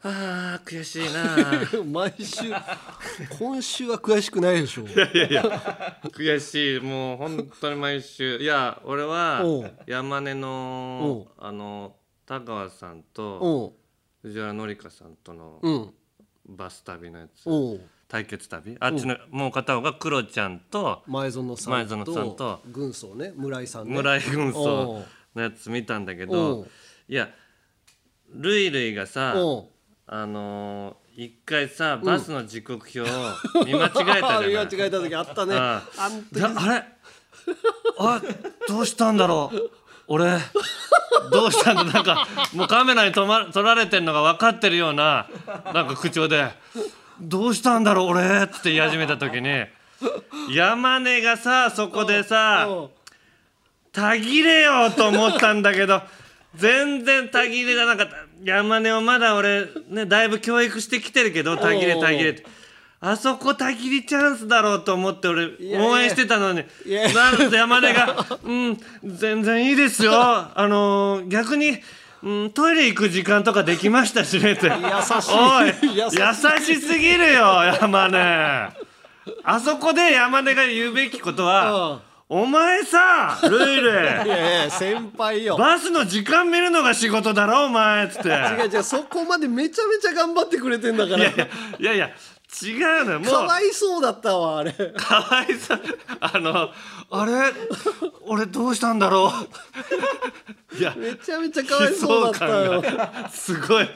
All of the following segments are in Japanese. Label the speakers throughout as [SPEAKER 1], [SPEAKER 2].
[SPEAKER 1] あー悔しいな
[SPEAKER 2] 毎週今週は悔しくないでしょ う
[SPEAKER 1] いやいや悔しいもう本当に毎週いや俺は
[SPEAKER 2] おう
[SPEAKER 1] 山根のあの田川さんと
[SPEAKER 2] おう
[SPEAKER 1] 藤原紀香さんとの
[SPEAKER 2] うん
[SPEAKER 1] バス旅のやつ
[SPEAKER 2] おう
[SPEAKER 1] 対決旅あっちのもう片方がクロちゃんと
[SPEAKER 2] 前園さんと
[SPEAKER 1] 前園さんと
[SPEAKER 2] 軍曹ね村井さんね
[SPEAKER 1] 村井軍
[SPEAKER 2] お
[SPEAKER 1] 曹
[SPEAKER 2] う
[SPEAKER 1] のやつ見たんだけ
[SPEAKER 2] お
[SPEAKER 1] ど
[SPEAKER 2] う
[SPEAKER 1] いやルイルイがさ
[SPEAKER 2] おう
[SPEAKER 1] あのー一回さバスの時刻表を見間違えたじゃ
[SPEAKER 2] 見間
[SPEAKER 1] ない
[SPEAKER 2] 違えた 時あったね
[SPEAKER 1] ああ
[SPEAKER 2] あん
[SPEAKER 1] いや あれあどうしたんだろう俺どうしたんだ なんかもうカメラにとま撮られてるのが分かってるようななんか口調で「どうしたんだろう俺」って言い始めた時に山根がさそこでさ
[SPEAKER 2] おう
[SPEAKER 1] 「たぎれよ」と思ったんだけど全然たぎれがなかった山根をまだ俺ねだいぶ教育してきてるけどたぎれたぎれって。あそこたぎりチャンスだろうと思って俺
[SPEAKER 2] やいや
[SPEAKER 1] 応援してたのに
[SPEAKER 2] いやいや
[SPEAKER 1] なんと山根 が「うん全然いいですよ」あのー逆に、うん、トイレ行く時間とかできましたしねって優しおい
[SPEAKER 2] 優
[SPEAKER 1] 優
[SPEAKER 2] し
[SPEAKER 1] し
[SPEAKER 2] い
[SPEAKER 1] すぎるよ山根あそこで山根が言うべきことは「お前さルイ
[SPEAKER 2] い
[SPEAKER 1] ル
[SPEAKER 2] やいや先輩よ
[SPEAKER 1] バスの時間見るのが仕事だろお前」っつって。
[SPEAKER 2] 違う違うそこまでめちゃめちゃ頑張ってくれてんだか
[SPEAKER 1] いや
[SPEAKER 2] ら
[SPEAKER 1] いやいやいや違うのよもう
[SPEAKER 2] かわいそうだったわあれ
[SPEAKER 1] かわいそうあのあれ俺どうしたんだろういや
[SPEAKER 2] めちゃめちゃかわいそうだったよ
[SPEAKER 1] 悲壮感がすごい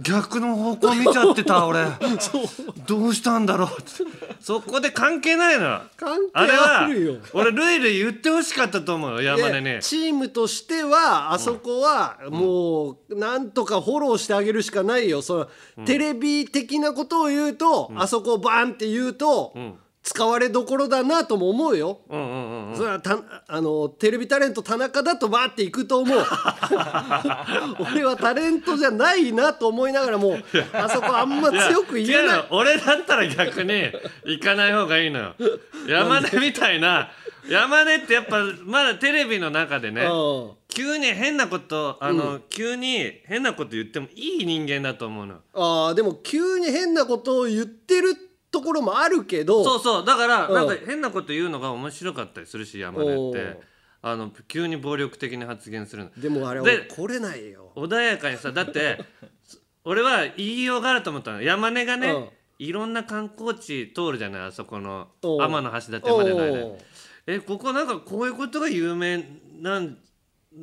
[SPEAKER 1] 逆の方向見ちゃってた俺
[SPEAKER 2] そう
[SPEAKER 1] どうしたんだろうってそこで関係ないの
[SPEAKER 2] 関係
[SPEAKER 1] あれは
[SPEAKER 2] あるよ
[SPEAKER 1] 俺ルイルイ言ってほしかったと思うよ山根
[SPEAKER 2] で
[SPEAKER 1] に
[SPEAKER 2] チームとしてはあそこはもうなんとかフォローしてあげるしかないよそのテレビ的なことを言うと、あそこをバーンって言うと、使われどころだなとも思うよ。
[SPEAKER 1] うんうんうん
[SPEAKER 2] それはたあのテレビタレント田中だとバーっていくと思 う俺はタレントじゃないなと思いながらもうあそこあんま
[SPEAKER 1] いや
[SPEAKER 2] 強く言えない
[SPEAKER 1] 違うの俺だったら逆に行かない方がいいのよ山根みたいな山根ってやっぱまだテレビの中でね
[SPEAKER 2] うん
[SPEAKER 1] 急に変なことあの、急に変なこと言ってもいい人間だと思うの
[SPEAKER 2] あーでも急に変なことを言ってるところもあるけど
[SPEAKER 1] そうそうだから
[SPEAKER 2] うん
[SPEAKER 1] なんか変なこと言うのが面白かったりするし山根っ
[SPEAKER 2] お
[SPEAKER 1] て
[SPEAKER 2] う
[SPEAKER 1] あの急に暴力的に発言するの
[SPEAKER 2] でもあれは
[SPEAKER 1] で
[SPEAKER 2] 来れないよ。
[SPEAKER 1] 穏やかにさだって 俺は言いようがあると思ったの山根がね、
[SPEAKER 2] うん
[SPEAKER 1] いろんな観光地通るじゃないあそこの
[SPEAKER 2] おう
[SPEAKER 1] 天橋立までの間
[SPEAKER 2] お
[SPEAKER 1] に
[SPEAKER 2] う
[SPEAKER 1] えここなんかこういうことが有名なん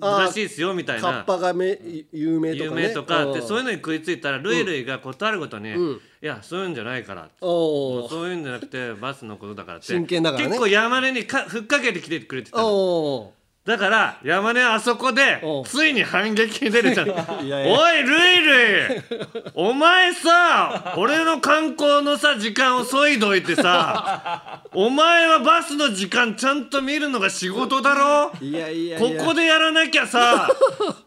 [SPEAKER 2] あー
[SPEAKER 1] らしいですよみたい
[SPEAKER 2] カッ
[SPEAKER 1] な
[SPEAKER 2] パがめ有名と
[SPEAKER 1] 有
[SPEAKER 2] かね。
[SPEAKER 1] 名とかってそういう
[SPEAKER 2] う
[SPEAKER 1] のに食いついたらルイルイが断るごとに、
[SPEAKER 2] うん
[SPEAKER 1] いやそういうんじゃないから
[SPEAKER 2] の。おう
[SPEAKER 1] そういうんじゃなくてバスのことだからって
[SPEAKER 2] 真剣だからね
[SPEAKER 1] 結構山根にかふっかけてきてくれてたの
[SPEAKER 2] お
[SPEAKER 1] だから山根はあそこで
[SPEAKER 2] おう
[SPEAKER 1] ついに反撃に出 るじゃん
[SPEAKER 2] いやいや
[SPEAKER 1] おいルイルイお前さ俺の観光のさ時間を削いどいてさお前はバスの時間ちゃんと見るのが仕事だろ
[SPEAKER 2] ういやいやい
[SPEAKER 1] こ
[SPEAKER 2] や。
[SPEAKER 1] こでやらなきゃさ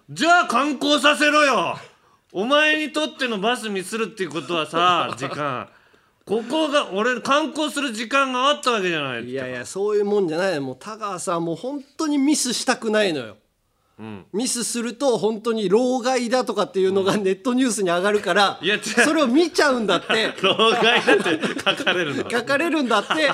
[SPEAKER 1] じゃあ観光させろよお前にとってのバスミスるっていうことはさ時間ここが俺観光する時間があったわけじゃない
[SPEAKER 2] いやいやそういうもんじゃないもう田川さんもう本当にミスしたくないのよ、
[SPEAKER 1] ん
[SPEAKER 2] ミスすると本当に老害だとかっていうのがネットニュースに上がるから、
[SPEAKER 1] いや違う
[SPEAKER 2] それを見ちゃうんだって
[SPEAKER 1] 老害だって書かれるの
[SPEAKER 2] 書かれるん だって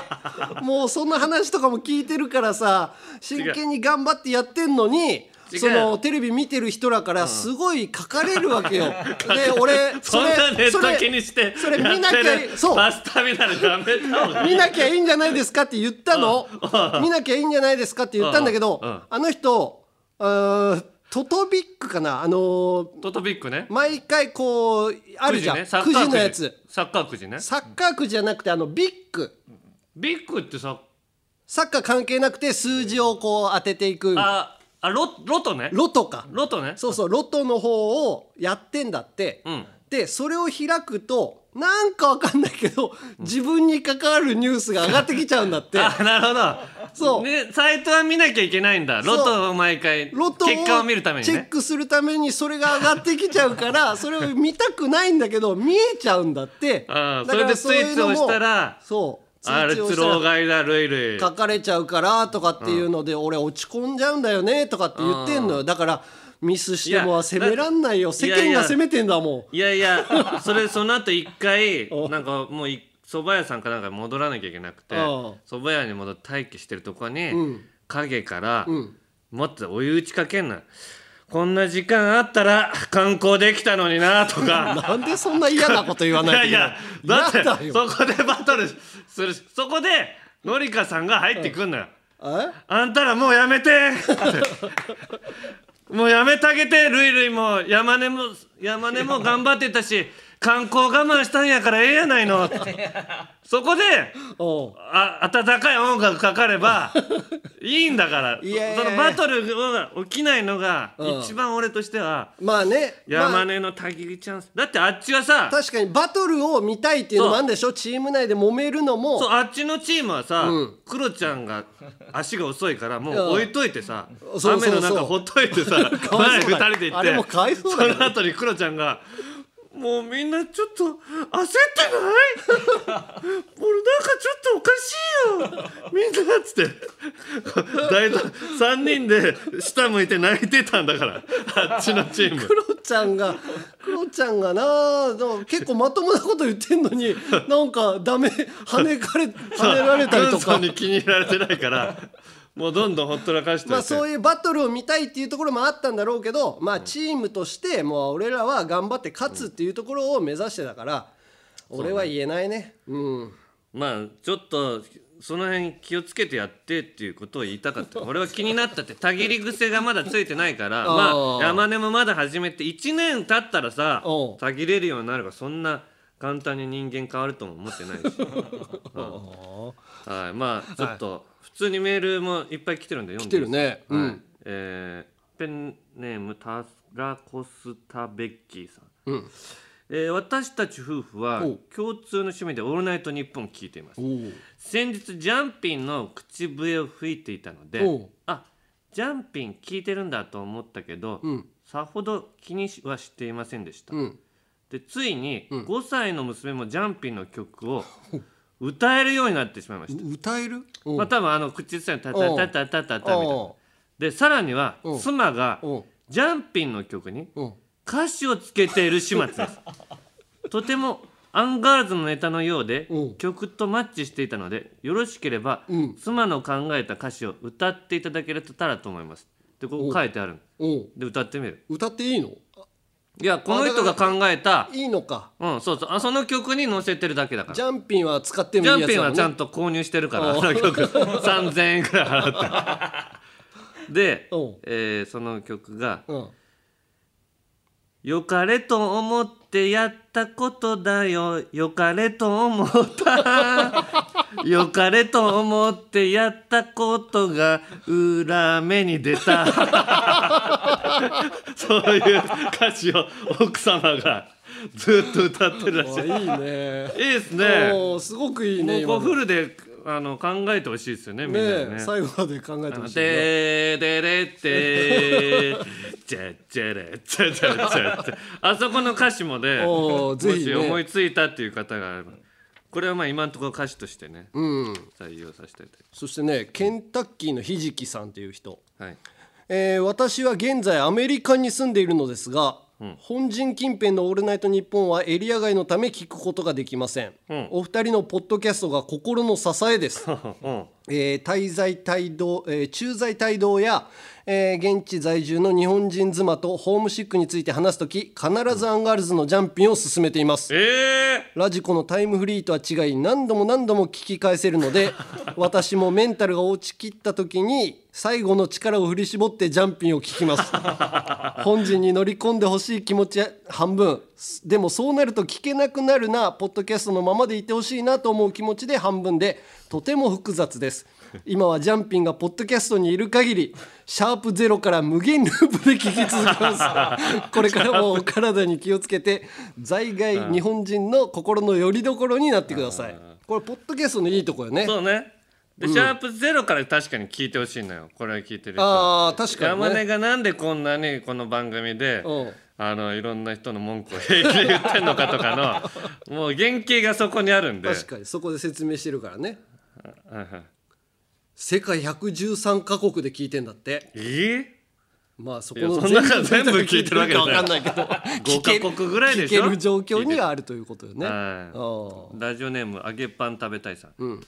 [SPEAKER 2] もうそんな話とかも聞いてるからさ真剣に頑張ってやってんのに
[SPEAKER 1] 違う
[SPEAKER 2] そのテレビ見てる人らからすごい書かれるわけ よ、で俺
[SPEAKER 1] そんなネット気にして
[SPEAKER 2] それ
[SPEAKER 1] や
[SPEAKER 2] 見な
[SPEAKER 1] っ
[SPEAKER 2] きゃ
[SPEAKER 1] てる
[SPEAKER 2] そう
[SPEAKER 1] バスターミナルダメだわ
[SPEAKER 2] 見なきゃいいんじゃないですかって言ったの見なきゃいいんじゃないですかって言ったんだけど
[SPEAKER 1] うんうん
[SPEAKER 2] あの人うーんトトビックかなあのー
[SPEAKER 1] トトビックね
[SPEAKER 2] 毎回こうあるじゃん
[SPEAKER 1] くじね
[SPEAKER 2] く
[SPEAKER 1] サッカー
[SPEAKER 2] じのやつ
[SPEAKER 1] サッカーくじね
[SPEAKER 2] サッカーくじじゃなくてあのビック
[SPEAKER 1] ビックってさ
[SPEAKER 2] サッカー関係なくて数字をこう当てていく
[SPEAKER 1] ああロロトね
[SPEAKER 2] ロトか
[SPEAKER 1] ロトね
[SPEAKER 2] そうそうロトの方をやってんだって
[SPEAKER 1] うん
[SPEAKER 2] でそれを開くとなんかわかんないけど自分に関わるニュースが上がってきちゃうんだって
[SPEAKER 1] あなるほど
[SPEAKER 2] そう
[SPEAKER 1] ね、サイトは見なきゃいけないんだ
[SPEAKER 2] そう
[SPEAKER 1] ロトを毎回
[SPEAKER 2] ロトをチ
[SPEAKER 1] 結果を見るために
[SPEAKER 2] ェッ
[SPEAKER 1] ね
[SPEAKER 2] クするためにそれが上がってきちゃうか らそれを見たくないんだけど見えちゃうんだって
[SPEAKER 1] あー
[SPEAKER 2] だから
[SPEAKER 1] それでツイートを
[SPEAKER 2] そういうの
[SPEAKER 1] し
[SPEAKER 2] も
[SPEAKER 1] たら
[SPEAKER 2] そうツイ
[SPEAKER 1] あれ
[SPEAKER 2] ートを
[SPEAKER 1] つ
[SPEAKER 2] した
[SPEAKER 1] 老
[SPEAKER 2] ら
[SPEAKER 1] 害だルイルイ
[SPEAKER 2] 書かれちゃうからとかっていうので俺落ち込んじゃうんだよねとかって言ってんのよだからミスしても
[SPEAKER 1] い
[SPEAKER 2] は
[SPEAKER 1] や
[SPEAKER 2] 責めらんないよ世
[SPEAKER 1] いやい
[SPEAKER 2] 間
[SPEAKER 1] や
[SPEAKER 2] が責めてんだも
[SPEAKER 1] いやい やそれその後一回
[SPEAKER 2] お
[SPEAKER 1] なんかもうい蕎麦屋さんかなんかに戻らなきゃいけなくて
[SPEAKER 2] ああ
[SPEAKER 1] 蕎麦屋に戻って待機してるとこに、
[SPEAKER 2] うん
[SPEAKER 1] 影から、
[SPEAKER 2] んうん
[SPEAKER 1] もっとお湯打ちかけんなこんな時間あったら観光できたのになとか
[SPEAKER 2] なんでそんな嫌なこと言わ
[SPEAKER 1] い
[SPEAKER 2] ない
[SPEAKER 1] や
[SPEAKER 2] とい
[SPEAKER 1] い や
[SPEAKER 2] けない
[SPEAKER 1] だって
[SPEAKER 2] 嫌だよ
[SPEAKER 1] そこでバトルするそこでのりかさんが入ってくんのよ、
[SPEAKER 2] え
[SPEAKER 1] あんたらもうや めてもうやめてあげてルイルイも山根も山根も頑張ってたし観光我慢したんやからええやないのそこで
[SPEAKER 2] おう
[SPEAKER 1] あ温かい音楽かかればいいんだから
[SPEAKER 2] いやいやいや
[SPEAKER 1] そのバトルが起きないのが
[SPEAKER 2] うん
[SPEAKER 1] 一番俺としては
[SPEAKER 2] まあねまあ
[SPEAKER 1] 山根のたぎりチャンスだってあっちはさ
[SPEAKER 2] 確かにバトルを見たいっていうのもあるんでしょチーム内で揉めるのも
[SPEAKER 1] そうあっちのチームはさ、
[SPEAKER 2] うん
[SPEAKER 1] クロちゃんが足が遅いからもう
[SPEAKER 2] うん
[SPEAKER 1] 置いといてさ、
[SPEAKER 2] そうそうそう
[SPEAKER 1] 雨の中ほっといて さ
[SPEAKER 2] わい
[SPEAKER 1] 前
[SPEAKER 2] そうだよ
[SPEAKER 1] 2人で行って
[SPEAKER 2] あれもかわいそうだよね
[SPEAKER 1] その後にクロちゃんが「もうみんなちょっと焦ってない俺 なんかちょっとおかしいよみんな」っつって大体3人で下向いて泣いてたんだからあっちのチー ム。
[SPEAKER 2] クロちゃんがクロちゃんがなでも結構まともなこと言ってんのになんかダメ跳ねかれ跳ねられたりと
[SPEAKER 1] 軍曹
[SPEAKER 2] か
[SPEAKER 1] に気に入られてないからもうどんどんほったらかしておいて
[SPEAKER 2] まあそういうバトルを見たいっていうところもあったんだろうけどまあチームとしてもう俺らは頑張って勝つっていうところを目指してたから俺は言えないねうん
[SPEAKER 1] まあちょっとその辺気をつけてやってっていうことを言いたか った俺は気になったってたぎり癖がまだついてないから
[SPEAKER 2] あー
[SPEAKER 1] まあ山根もまだ始めて1年経ったらさ
[SPEAKER 2] おう
[SPEAKER 1] たぎれるようになるがそんな簡単に人間変わるとも思ってない し、はい、まあちょっと普通にメールもいっぱい来てるんで読んで
[SPEAKER 2] 来て
[SPEAKER 1] いいです
[SPEAKER 2] るねう
[SPEAKER 1] はい
[SPEAKER 2] ん
[SPEAKER 1] えーペンネームタラコスタベッキーさん、
[SPEAKER 2] うん
[SPEAKER 1] えー私たち夫婦は
[SPEAKER 2] おう
[SPEAKER 1] 共通の趣味で「オールナイトニッポン」を聞いています
[SPEAKER 2] おう
[SPEAKER 1] 先日ジャンピンの口笛を吹いていたので
[SPEAKER 2] おう
[SPEAKER 1] あジャンピン聞いてるんだと思ったけど、
[SPEAKER 2] うん
[SPEAKER 1] さほど気にはしていませんでした、
[SPEAKER 2] うん
[SPEAKER 1] でついに5歳の娘もジャンピンの曲を歌えるようになってしまいました、
[SPEAKER 2] 歌えるうん
[SPEAKER 1] まあ多分あの口ずさんタタタタタタタみたいな
[SPEAKER 2] お
[SPEAKER 1] でさらには
[SPEAKER 2] うん
[SPEAKER 1] 妻が
[SPEAKER 2] うん
[SPEAKER 1] ジャンピンの曲に
[SPEAKER 2] うん
[SPEAKER 1] 歌詞をつけている始末ですとてもアンガールズのネタのようで
[SPEAKER 2] うん
[SPEAKER 1] 曲とマッチしていたのでよろしければ、
[SPEAKER 2] うん
[SPEAKER 1] 妻の考えた歌詞を歌っていただけたらと思いますでここ書いてある
[SPEAKER 2] うん
[SPEAKER 1] で歌ってみる
[SPEAKER 2] 歌っていいのあ
[SPEAKER 1] いやこの人が考えた
[SPEAKER 2] いいのか
[SPEAKER 1] うんそうそうあその曲に載せてるだけだから
[SPEAKER 2] ジャンピンは使ってもい
[SPEAKER 1] ジ
[SPEAKER 2] い
[SPEAKER 1] ャ
[SPEAKER 2] や
[SPEAKER 1] ン
[SPEAKER 2] つ
[SPEAKER 1] ピン
[SPEAKER 2] だも
[SPEAKER 1] は
[SPEAKER 2] ん
[SPEAKER 1] ちゃ
[SPEAKER 2] ね
[SPEAKER 1] んと購入してるから、その曲3000円くらい払って。で
[SPEAKER 2] おう、
[SPEAKER 1] えーその曲が
[SPEAKER 2] うん
[SPEAKER 1] 「よかれと思ってやったことだよよかれと思った」 「よかれと思ってやったことが裏目に出た」 そういう歌詞を奥様がずっと歌ってるらしい。い
[SPEAKER 2] あいいね
[SPEAKER 1] いですね。
[SPEAKER 2] おーすごくいい
[SPEAKER 1] も
[SPEAKER 2] ね
[SPEAKER 1] うこう
[SPEAKER 2] 今
[SPEAKER 1] フ
[SPEAKER 2] の
[SPEAKER 1] ルであの考えてほしいですよねみんなで
[SPEAKER 2] ね
[SPEAKER 1] ね。
[SPEAKER 2] 最後まで考えてほしいね
[SPEAKER 1] ででれってじゃじゃれじゃじゃじゃ あそこの歌詞もね
[SPEAKER 2] お
[SPEAKER 1] も
[SPEAKER 2] ーぜひね
[SPEAKER 1] し思いついたっていう方があればこれはまあ今のところ歌詞としてね
[SPEAKER 2] うん
[SPEAKER 1] 採用させていただい
[SPEAKER 2] そしてねケンタッキーのひじきさんという人
[SPEAKER 1] てはい
[SPEAKER 2] えー私は現在アメリカに住んでいるのですが、本陣近辺の「オールナイトニッポン」はエリア外のため聞くことができません、
[SPEAKER 1] うん
[SPEAKER 2] お二人のポッドキャストが心の支 えです
[SPEAKER 1] うん
[SPEAKER 2] えー滞在帯同、えー駐在帯同や、えー現地在住の日本人妻とホームシックについて話すとき必ずアンガールズのジャンピンを勧めています
[SPEAKER 1] ええ
[SPEAKER 2] ラジコのタイムフリーとは違い何度も何度も聞き返せるので私もメンタルが落ちきった時に最後の力を振り絞ってジャンピンを聞きます 本陣に乗り込んでほしい気持ち半分でもそうなると聞けなくなるなポッドキャストのままでいてほしいなと思う気持ちで半分でとても複雑です今はジャンピンがポッドキャストにいる限りシャープゼロから無限ループで聞き続 けますこれからもお体に気をつけて在外日本人の心の拠り所になってくださいこれポッドキャストのいいとこよね
[SPEAKER 1] そうねでシャープゼロから確かに聞いてほしいのよこれ聞いてる人は
[SPEAKER 2] ああ確か
[SPEAKER 1] 山
[SPEAKER 2] に
[SPEAKER 1] 根
[SPEAKER 2] ね
[SPEAKER 1] がなんでこんなにこの番組で
[SPEAKER 2] うん
[SPEAKER 1] あのいろんな人の文句を平気で言ってんのかとかのもう原型がそこにあるんで
[SPEAKER 2] 確かにそこで説明してるからね
[SPEAKER 1] はいはい
[SPEAKER 2] 世界113カ国で聞いてんだって
[SPEAKER 1] え
[SPEAKER 2] まあそこ
[SPEAKER 1] い
[SPEAKER 2] の
[SPEAKER 1] やそんなの全部聞いてるわけじゃ
[SPEAKER 2] わ
[SPEAKER 1] ない
[SPEAKER 2] かんないけど
[SPEAKER 1] 5カ国ぐらいでしょ
[SPEAKER 2] 聞ける状況にはあるということよね。
[SPEAKER 1] は
[SPEAKER 2] う
[SPEAKER 1] い、ラジオネーム揚げパン食べたいさん、
[SPEAKER 2] うん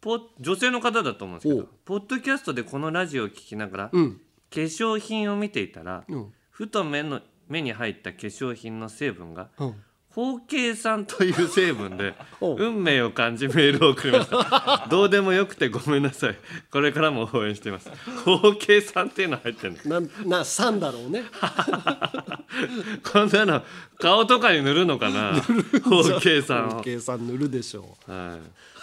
[SPEAKER 1] ポ女性の方だと思うんですけ
[SPEAKER 2] おう
[SPEAKER 1] どポッドキャストでこのラジオを聞きながら、
[SPEAKER 2] うん
[SPEAKER 1] 化粧品を見ていたら、
[SPEAKER 2] ん
[SPEAKER 1] ふと目の目に入った化粧品の成分が、
[SPEAKER 2] うん
[SPEAKER 1] 包茎酸という成分で
[SPEAKER 2] おう
[SPEAKER 1] 運命を感じメールを送りました どうでもよくてごめんなさいこれからも応援しています包茎酸っていうの入ってるの
[SPEAKER 2] なんな三だろうね。
[SPEAKER 1] こんなの顔とかに塗るのかな包茎酸を
[SPEAKER 2] 計算塗るでしょ
[SPEAKER 1] は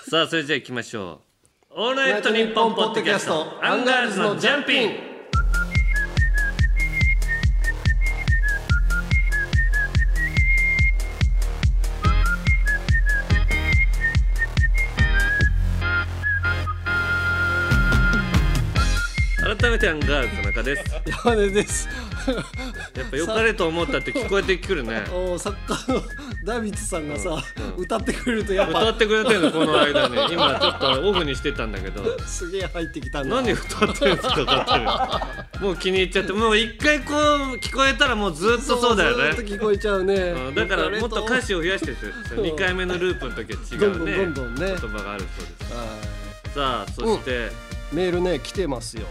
[SPEAKER 1] い、さあそれじゃあ行きましょう「オール
[SPEAKER 2] う。
[SPEAKER 1] ナイトニッポン」ポッドキャストアンガールズのジャンピン改めてアンガールズの中です
[SPEAKER 2] 山根です。
[SPEAKER 1] やっぱ良かれと思ったって聞こえてくる ね
[SPEAKER 2] お作家のダビッツさんがさ、歌ってくれるとやっ
[SPEAKER 1] 歌
[SPEAKER 2] ぱ
[SPEAKER 1] ってくれてるのこの間ね今ちょっとオフにしてたんだけど
[SPEAKER 2] すげえ入ってきたんだ。
[SPEAKER 1] 何歌ってるんですかかってるもう気に入っちゃってもう一回こう聞こえたらもうずっとそうだよね
[SPEAKER 2] ずっと聞こえちゃうね。
[SPEAKER 1] うんだからもっと歌詞を増やしてって2回目のループの時は違うね
[SPEAKER 2] どんどんどんどんね
[SPEAKER 1] 言葉があるそうで
[SPEAKER 2] はい
[SPEAKER 1] すさあそして、
[SPEAKER 2] メールね来てますよ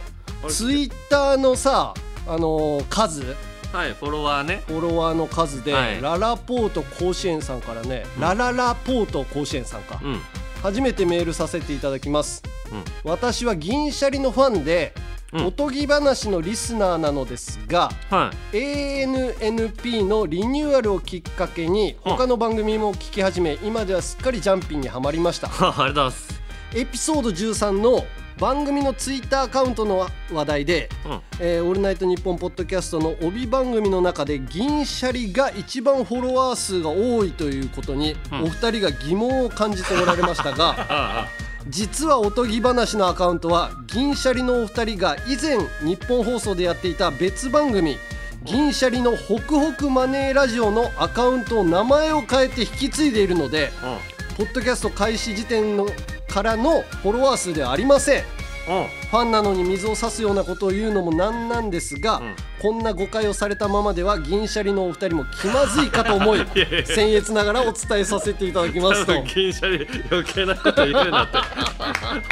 [SPEAKER 1] あれ
[SPEAKER 2] ツイッターのさあのー数
[SPEAKER 1] はいフォロワーね
[SPEAKER 2] フォロワーの数で、
[SPEAKER 1] はい
[SPEAKER 2] ララポート甲子園さんからね、ラララポート甲子園さんか、
[SPEAKER 1] うん
[SPEAKER 2] 初めてメールさせていただきます
[SPEAKER 1] うん
[SPEAKER 2] 私は銀シャリのファンで、
[SPEAKER 1] うん
[SPEAKER 2] おとぎ話のリスナーなのですが
[SPEAKER 1] はい
[SPEAKER 2] ANNP のリニューアルをきっかけに
[SPEAKER 1] うん
[SPEAKER 2] 他の番組も聞き始め今ではすっかりジャンピンにはまりました
[SPEAKER 1] あありがとうございます
[SPEAKER 2] エピソード13の番組のツイッターアカウントの話題で
[SPEAKER 1] うん
[SPEAKER 2] えーオールナイトニッポン」ポッドキャストの帯番組の中で銀シャリが一番フォロワー数が多いということに、
[SPEAKER 1] うん
[SPEAKER 2] お二人が疑問を感じておられました が
[SPEAKER 1] あ
[SPEAKER 2] 実はおとぎ話のアカウントは銀シャリのお二人が以前日本放送でやっていた別番組「銀シャリのホクホクマネーラジオ」のアカウントを名前を変えて引き継いでいるので
[SPEAKER 1] ああ
[SPEAKER 2] ポッドキャスト開始時点のからのフォロワー数ではありませ
[SPEAKER 1] うん
[SPEAKER 2] ん。
[SPEAKER 1] うん
[SPEAKER 2] ファンなのに水を差すようなことを言うのもなんなんですが、
[SPEAKER 1] ん
[SPEAKER 2] こんな誤解をされたままでは銀シャリのお二人も気まずいかと思い
[SPEAKER 1] やいや
[SPEAKER 2] 僭越ながらお伝えさせていただきます と
[SPEAKER 1] 多分銀シャリ余計なこと言うなって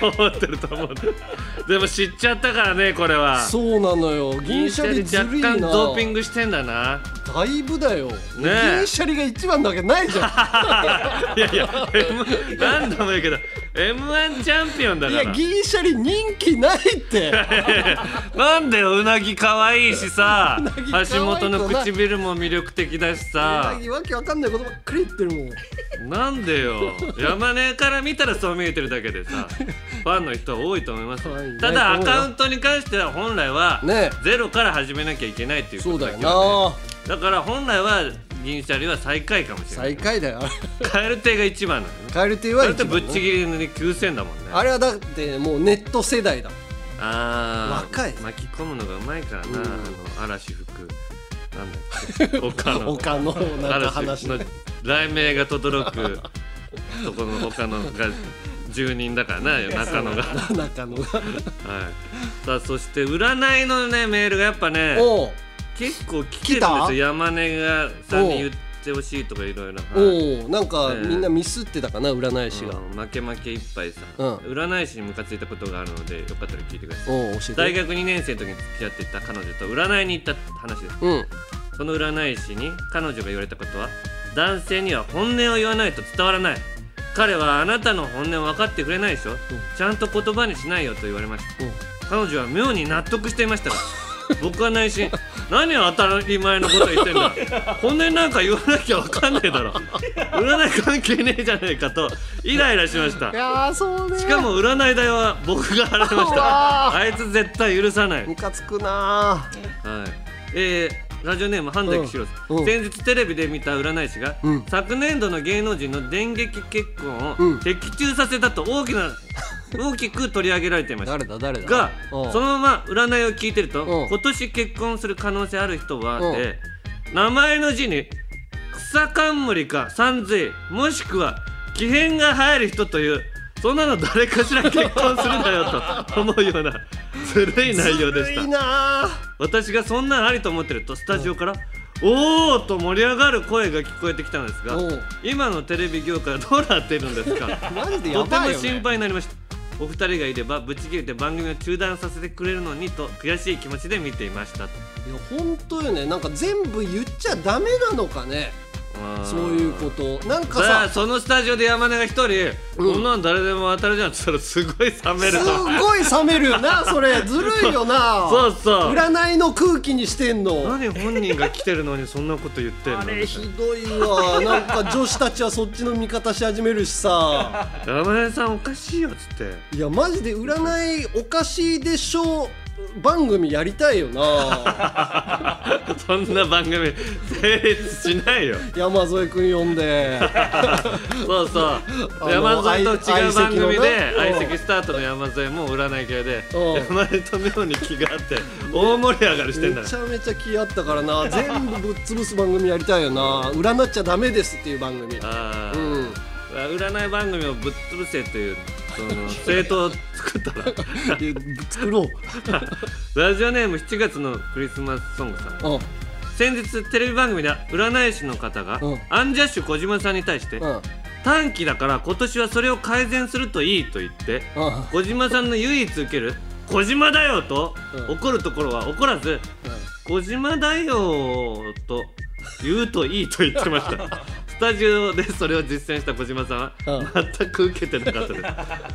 [SPEAKER 1] 思ってると思うんだでも知っちゃったからねこれは
[SPEAKER 2] そうなのよ銀シャリずる
[SPEAKER 1] 若
[SPEAKER 2] いな
[SPEAKER 1] 干ドーピングしてんだな
[SPEAKER 2] だいぶだよ、
[SPEAKER 1] え
[SPEAKER 2] 銀シャリが一番なわけな いじゃ
[SPEAKER 1] いやいや、M、何度も言うけど M1 チャンピオンだ
[SPEAKER 2] んい
[SPEAKER 1] から
[SPEAKER 2] や銀シャリ人気ない って
[SPEAKER 1] なんだようなぎ可愛いしさ
[SPEAKER 2] なぎ可愛い
[SPEAKER 1] 橋本の唇も魅力的だしさ
[SPEAKER 2] わけわかんないことばっかり言ってるもん
[SPEAKER 1] なんでよ山根から見たらそう見えてるだけでさファンの人は多いと思います
[SPEAKER 2] 可愛いね
[SPEAKER 1] ただアカウントに関しては本来は
[SPEAKER 2] ね
[SPEAKER 1] ゼロから始めなきゃいけないっていうこ
[SPEAKER 2] そう
[SPEAKER 1] と
[SPEAKER 2] だ
[SPEAKER 1] だ
[SPEAKER 2] よ
[SPEAKER 1] けど
[SPEAKER 2] な
[SPEAKER 1] だから本来は銀シャリは最下位かもしれな
[SPEAKER 2] 最
[SPEAKER 1] い
[SPEAKER 2] 下位だよ
[SPEAKER 1] 蛙亭が一番なのね
[SPEAKER 2] カエルテは
[SPEAKER 1] それ
[SPEAKER 2] 一
[SPEAKER 1] って
[SPEAKER 2] 番
[SPEAKER 1] ぶっちぎりに9000だもんね
[SPEAKER 2] あれはだってもうネット世代だもん
[SPEAKER 1] あー
[SPEAKER 2] 若い
[SPEAKER 1] 巻き込むのがうまいからな、
[SPEAKER 2] うん
[SPEAKER 1] あの嵐吹くなん だっけ岡野
[SPEAKER 2] 他のなんか
[SPEAKER 1] 嵐
[SPEAKER 2] 話
[SPEAKER 1] の雷鳴が轟くとこの岡野が住人だからな 中野が、はい、
[SPEAKER 2] 中のが
[SPEAKER 1] さあそして占いのねメールがやっぱね
[SPEAKER 2] おう
[SPEAKER 1] 結構来てるんです
[SPEAKER 2] 来た
[SPEAKER 1] よ山根がさんに言ってほしいとかいろいろはい
[SPEAKER 2] おうなんか
[SPEAKER 1] ええ
[SPEAKER 2] みんなミスってたかな占い師が
[SPEAKER 1] うん負け負けいっぱいさん、
[SPEAKER 2] うん
[SPEAKER 1] 占い師にムカついたことがあるのでよかったら聞いてください
[SPEAKER 2] おう教え
[SPEAKER 1] 大
[SPEAKER 2] て
[SPEAKER 1] 学2年生の時に付き合っていた彼女と占いに行った話です
[SPEAKER 2] うん
[SPEAKER 1] その占い師に彼女が言われたことは男性には本音を言わないと伝わらない彼はあなたの本音を分かってくれないでしょ、ちゃんと言葉にしないよと言われました、
[SPEAKER 2] うん
[SPEAKER 1] 彼女は妙に納得していましたが 僕は内心何を当たり前のこと言ってんだ 本音なんか言わなきゃ分かんねえだろ占い関係ねえじゃねえかとイライラしました
[SPEAKER 2] いやーそうね
[SPEAKER 1] しかも占い代は僕が払いまし
[SPEAKER 2] うわ
[SPEAKER 1] たあいつ絶対許さない
[SPEAKER 2] ムカつくな
[SPEAKER 1] はい、えーラジオネーム半崎史郎さん、
[SPEAKER 2] うんうん
[SPEAKER 1] 先日テレビで見た占い師が、
[SPEAKER 2] うん
[SPEAKER 1] 昨年度の芸能人の電撃結婚
[SPEAKER 2] うん
[SPEAKER 1] を的中させたと大きな、 大きく取り上げられていました
[SPEAKER 2] 誰だ誰だ
[SPEAKER 1] が
[SPEAKER 2] おう
[SPEAKER 1] そのまま占いを聞いてると
[SPEAKER 2] うん
[SPEAKER 1] 今年結婚する可能性ある人はで名前の字に草冠か三髄もしくは奇変が入る人というそんなの誰かしら結婚するなよと思うようなずるい内容でし
[SPEAKER 2] ずる
[SPEAKER 1] た
[SPEAKER 2] い。な
[SPEAKER 1] 私がそんなんありと思ってるとスタジオから「おお!」と盛り上がる声が聞こえてきたのですが
[SPEAKER 2] おう
[SPEAKER 1] 今のテレビ業界はどうなっているんですか
[SPEAKER 2] マジで や
[SPEAKER 1] とて
[SPEAKER 2] ば
[SPEAKER 1] も
[SPEAKER 2] いよ、ね、
[SPEAKER 1] 心配になりましたお二人がいればぶち切れて番組を中断させてくれるのにと悔しい気持ちで見ていましたと
[SPEAKER 2] いや本当よねなんか全部言っちゃダメなのかねそういうことなんか
[SPEAKER 1] さあ
[SPEAKER 2] さ
[SPEAKER 1] そのスタジオで山根が一人、
[SPEAKER 2] うん
[SPEAKER 1] こんなん誰でも当たるじゃんって言ったらすごい冷め
[SPEAKER 2] す
[SPEAKER 1] る
[SPEAKER 2] っ
[SPEAKER 1] わ
[SPEAKER 2] ごい冷めるよなそれずるいよ な
[SPEAKER 1] そうそう
[SPEAKER 2] 占いの空気にしてんの
[SPEAKER 1] 何本人が来てるのにそんなこと言ってんの
[SPEAKER 2] あれひどいわなんか女子たちはそっちの味方し始めるしさ
[SPEAKER 1] 山根さんおかしいよっつって
[SPEAKER 2] いやマジで占いおかしいでしょ番組やりたいよな
[SPEAKER 1] そんな番組成立しないよ
[SPEAKER 2] 山添君呼んで
[SPEAKER 1] そうそう
[SPEAKER 2] の
[SPEAKER 1] 山添と違う番組で
[SPEAKER 2] 相
[SPEAKER 1] 相
[SPEAKER 2] 席のね
[SPEAKER 1] 席スタートの山添も占い系で
[SPEAKER 2] うん
[SPEAKER 1] 山根と妙に気があって大盛り上がりしてんだ
[SPEAKER 2] め
[SPEAKER 1] か
[SPEAKER 2] ちゃめちゃ気合ったからな全部ぶっ潰す番組やりたいよな占っちゃダメですっていう番組
[SPEAKER 1] らあ
[SPEAKER 2] う
[SPEAKER 1] ー
[SPEAKER 2] ん
[SPEAKER 1] 占い番組をぶっ潰せというその政党を作ったら
[SPEAKER 2] で作ろう
[SPEAKER 1] ラジオネーム7月のクリスマスソングさん
[SPEAKER 2] うん
[SPEAKER 1] 先日テレビ番組で占い師の方が、
[SPEAKER 2] うん
[SPEAKER 1] アンジャッシュ小島さんに対して、
[SPEAKER 2] うん
[SPEAKER 1] 短期だから今年はそれを改善するといいと言って
[SPEAKER 2] うん
[SPEAKER 1] 小島さんの唯一受ける「小島だよ!」と、
[SPEAKER 2] うん
[SPEAKER 1] 怒るところは怒らず「小島だよ!」と言うといいと言ってました スタジオでそれを実践した小島さんは
[SPEAKER 2] うん
[SPEAKER 1] 全く受けてなかったです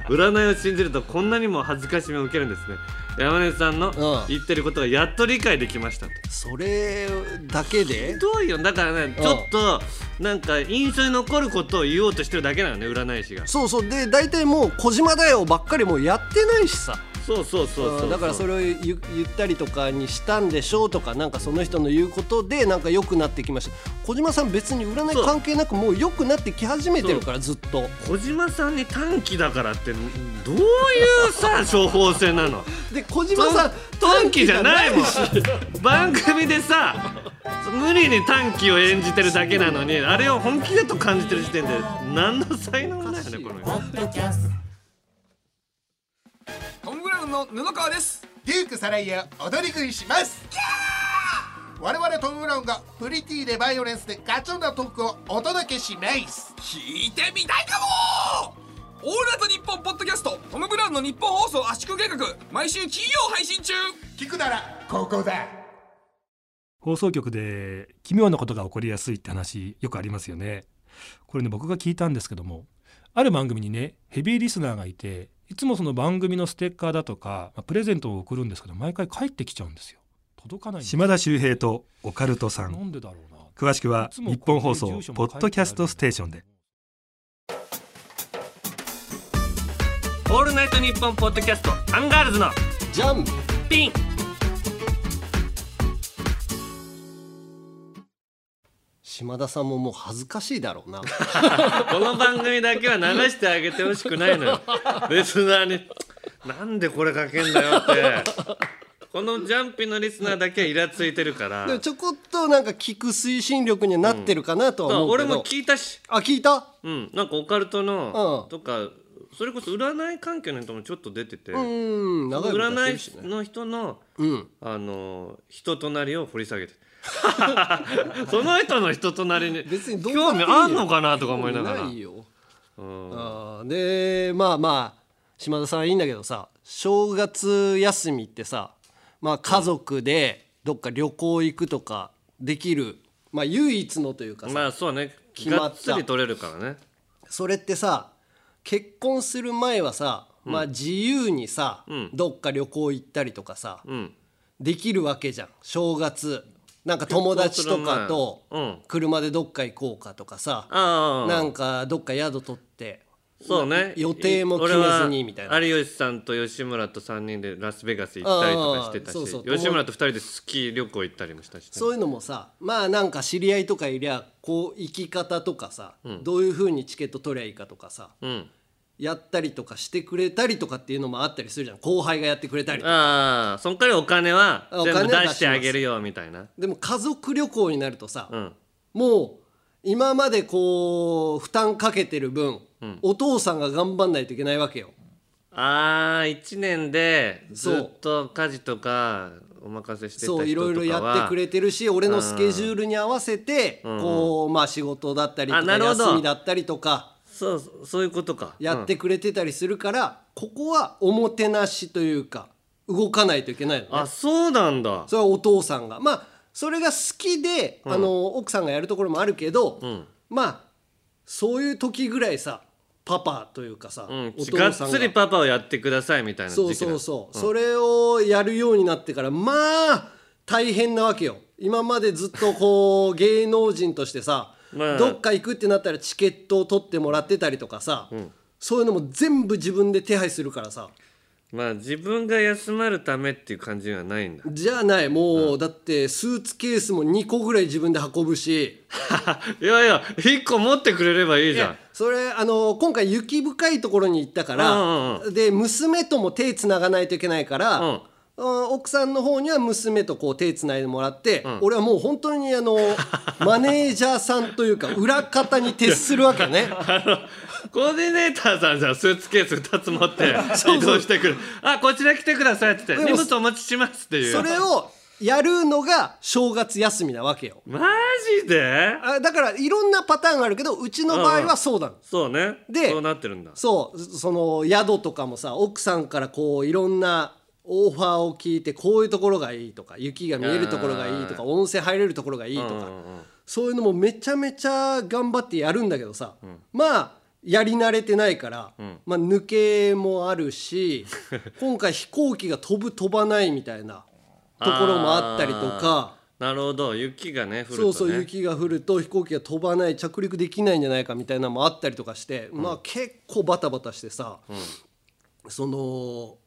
[SPEAKER 1] 占いを信じるとこんなにも恥ずかしめを受けるんですね山根さんの
[SPEAKER 2] うん
[SPEAKER 1] 言ってることがやっと理解できましたと
[SPEAKER 2] それだけで
[SPEAKER 1] ひどいよだからね
[SPEAKER 2] うん
[SPEAKER 1] ちょっとなんか印象に残ることを言おうとしてるだけなのね占い師が
[SPEAKER 2] そうそうで大体もう「小島だよ」ばっかりもうやってないしさ
[SPEAKER 1] そうそうそうそう
[SPEAKER 2] うんだからそれをゆ言ったりとかにしたんでしょうとかなんかその人の言うことでなんか良くなってきました小島さん別に占
[SPEAKER 1] そう
[SPEAKER 2] い関係なくもう良くなってき始めてるからずっと
[SPEAKER 1] 小島さんに短期だからってどういうさ処方箋な の
[SPEAKER 2] で小島さん
[SPEAKER 1] 短期じゃないもん
[SPEAKER 2] し
[SPEAKER 1] 番組でさ無理に短期を演じてるだけなのにあれを本気だと感じてる時点で何の才能もないよねこの人
[SPEAKER 3] トム・ブラウンの布川です
[SPEAKER 4] デュークサライヤ踊り食いします我々トム・ブラウンがプリティでバイオレンスでガチョンなトークをお届けします
[SPEAKER 3] 聞いてみたいかもオールナイトニッポンポッドキャストトム・ブラウンの日本放送圧縮計画毎週金曜配信中
[SPEAKER 4] 聞くならここだ
[SPEAKER 5] 放送局で奇妙なことが起こりやすいって話よくありますよねこれね僕が聞いたんですけどもある番組にねヘビーリスナーがいていつもその番組のステッカーだとか、まあプレゼントを送るんですけど毎回帰ってきちゃうんですよ届かないんですよ
[SPEAKER 6] 島田秀平とオカルトさ
[SPEAKER 5] なんんでだろうな
[SPEAKER 6] 詳しくは日本放送ポッドキャストステーションで
[SPEAKER 1] 「オールナイトニッポン」ポッドキャストアンガールズの
[SPEAKER 2] じゃん
[SPEAKER 1] ピン
[SPEAKER 2] 島田さんももう恥ずかしいだろうな
[SPEAKER 1] この番組だけは流してあげてほしくないの よリスナーに「なんでこれかけんだよ」ってこのジャンピのリスナーだけはイラついてるから
[SPEAKER 2] でもちょこっとなんか聞く推進力にはなってるかなとは思うけ
[SPEAKER 1] 俺
[SPEAKER 2] ど、
[SPEAKER 1] も聞いたし
[SPEAKER 2] あ聞いた
[SPEAKER 1] うん、なんかオカルトの
[SPEAKER 2] うん
[SPEAKER 1] とか、それこそ占い関係の人もちょっと出てて、
[SPEAKER 2] うん長いことやって
[SPEAKER 1] 占
[SPEAKER 2] るし
[SPEAKER 1] い
[SPEAKER 2] ね
[SPEAKER 1] の人の、
[SPEAKER 2] うん
[SPEAKER 1] あの人となりを掘り下げて その人の人となりに
[SPEAKER 2] 別にどうだっ
[SPEAKER 1] 興
[SPEAKER 2] ていい
[SPEAKER 1] 味
[SPEAKER 2] よ
[SPEAKER 1] あんのかなとか思いながら
[SPEAKER 2] ないよ、あーでまあまあ島田さんいいんだけどさ正月休みってさ、まあ、家族でどっか旅行行くとかできる、まあ、唯一のというかさ、
[SPEAKER 1] まあそうね
[SPEAKER 2] 決ま
[SPEAKER 1] が
[SPEAKER 2] っ
[SPEAKER 1] ったつり取れるからね
[SPEAKER 2] それってさ結婚する前はさ、まあ、自由にさ、
[SPEAKER 1] ん
[SPEAKER 2] どっか旅行行ったりとかさ、
[SPEAKER 1] うん
[SPEAKER 2] できるわけじゃん正月なんか友達とかと
[SPEAKER 1] 結婚する前うん
[SPEAKER 2] 車でどっか行こうかとかさ、
[SPEAKER 1] ああ
[SPEAKER 2] なんかどっか宿取って
[SPEAKER 1] そうね
[SPEAKER 2] 予定も決めずにみたいな
[SPEAKER 1] 俺は有吉さんと吉村と3人でラスベガス行ったりとかしてたし
[SPEAKER 2] あーそうそう
[SPEAKER 1] 吉村と2人でスキー旅行行ったりもしたしね、
[SPEAKER 2] そういうのもさまあなんか知り合いとかいりゃこう行き方とかさ、どういう風にチケット取りゃいいかとかさ
[SPEAKER 1] うん
[SPEAKER 2] やったりとかしてくれたりとかっていうのもあったりするじゃん後輩がやってくれたりとか
[SPEAKER 1] ああそんからお金は
[SPEAKER 2] あお
[SPEAKER 1] 全
[SPEAKER 2] 金は
[SPEAKER 1] 部出してあげるよみたいな
[SPEAKER 2] でも家族旅行になるとさ、
[SPEAKER 1] うん
[SPEAKER 2] もう今までこう負担かけてる分、お父さんが頑張んないといけないわけよ
[SPEAKER 1] あー1年で
[SPEAKER 2] そう
[SPEAKER 1] ずっと家事とかお任せしてた人とか
[SPEAKER 2] そ
[SPEAKER 1] は
[SPEAKER 2] ういろいろやってくれてるし俺のスケジュールに合わせて
[SPEAKER 1] ん
[SPEAKER 2] こうまあ仕事だったりと
[SPEAKER 1] あ
[SPEAKER 2] か
[SPEAKER 1] なるほど
[SPEAKER 2] 休みだったりとか
[SPEAKER 1] そうそういうことか
[SPEAKER 2] やってくれてたりするからここはおもてなしというか動かないといけないのね
[SPEAKER 1] うんあそうなんだ
[SPEAKER 2] それはお父さんがまあそれが好きで、あの奥さんがやるところもあるけど、
[SPEAKER 1] ん
[SPEAKER 2] まあそういう時ぐらいさパパというかさ、
[SPEAKER 1] うん
[SPEAKER 2] お父
[SPEAKER 1] がっ
[SPEAKER 2] さん
[SPEAKER 1] つりパパをやってくださいみたいな時期
[SPEAKER 2] そう
[SPEAKER 1] だ
[SPEAKER 2] そうそう、それをやるようになってからまあ大変なわけよ今までずっとこう芸能人としてさ、
[SPEAKER 1] まあ
[SPEAKER 2] どっか行くってなったらチケットを取ってもらってたりとかさ、そういうのも全部自分で手配するからさ
[SPEAKER 1] まあ自分が休まるためっていう感じにはないんだ
[SPEAKER 2] じゃないもう、だってスーツケースも2個ぐらい自分で運ぶし。
[SPEAKER 1] いやいや1個持ってくれればいいじゃん
[SPEAKER 2] えそれあの今回雪深いところに行ったか
[SPEAKER 1] うん
[SPEAKER 2] ら
[SPEAKER 1] うん、
[SPEAKER 2] で娘とも手つながないといけないから、
[SPEAKER 1] う
[SPEAKER 2] うんん奥さんの方には娘とこう手つないでもらって、俺はもう本当にあ のマネージャーさんというか裏方に徹するわけね。
[SPEAKER 1] コーディネーターさんじゃんスーツケース2つ持って移動してくるあこちら来てくださいって言って
[SPEAKER 2] で
[SPEAKER 1] 荷
[SPEAKER 2] も
[SPEAKER 1] 物お持ちしますっていう
[SPEAKER 2] それをやるのが正月休みなわけよ。
[SPEAKER 1] マジで
[SPEAKER 2] あだからいろんなパターンがあるけどうちの場合はそうだの。
[SPEAKER 1] そうね
[SPEAKER 2] で
[SPEAKER 1] そうなってるんだ
[SPEAKER 2] そうその宿とかもさ奥さんからこういろんなオファーを聞いてこういうところがいいとか雪が見えるところがいいとか温泉入れるところがいいとか、そういうのもめちゃめちゃ頑張ってやるんだけどさ、まあやり慣れてないから、まあ、抜けもある し今回飛行機が飛ぶ飛ばないみたいなところもあったりとか。
[SPEAKER 1] なるほど雪がね降ると
[SPEAKER 2] そ
[SPEAKER 1] ね
[SPEAKER 2] うそう雪が降ると飛行機が飛ばない着陸できないんじゃないかみたいなのもあったりとかして、まあ結構バタバタしてさ、その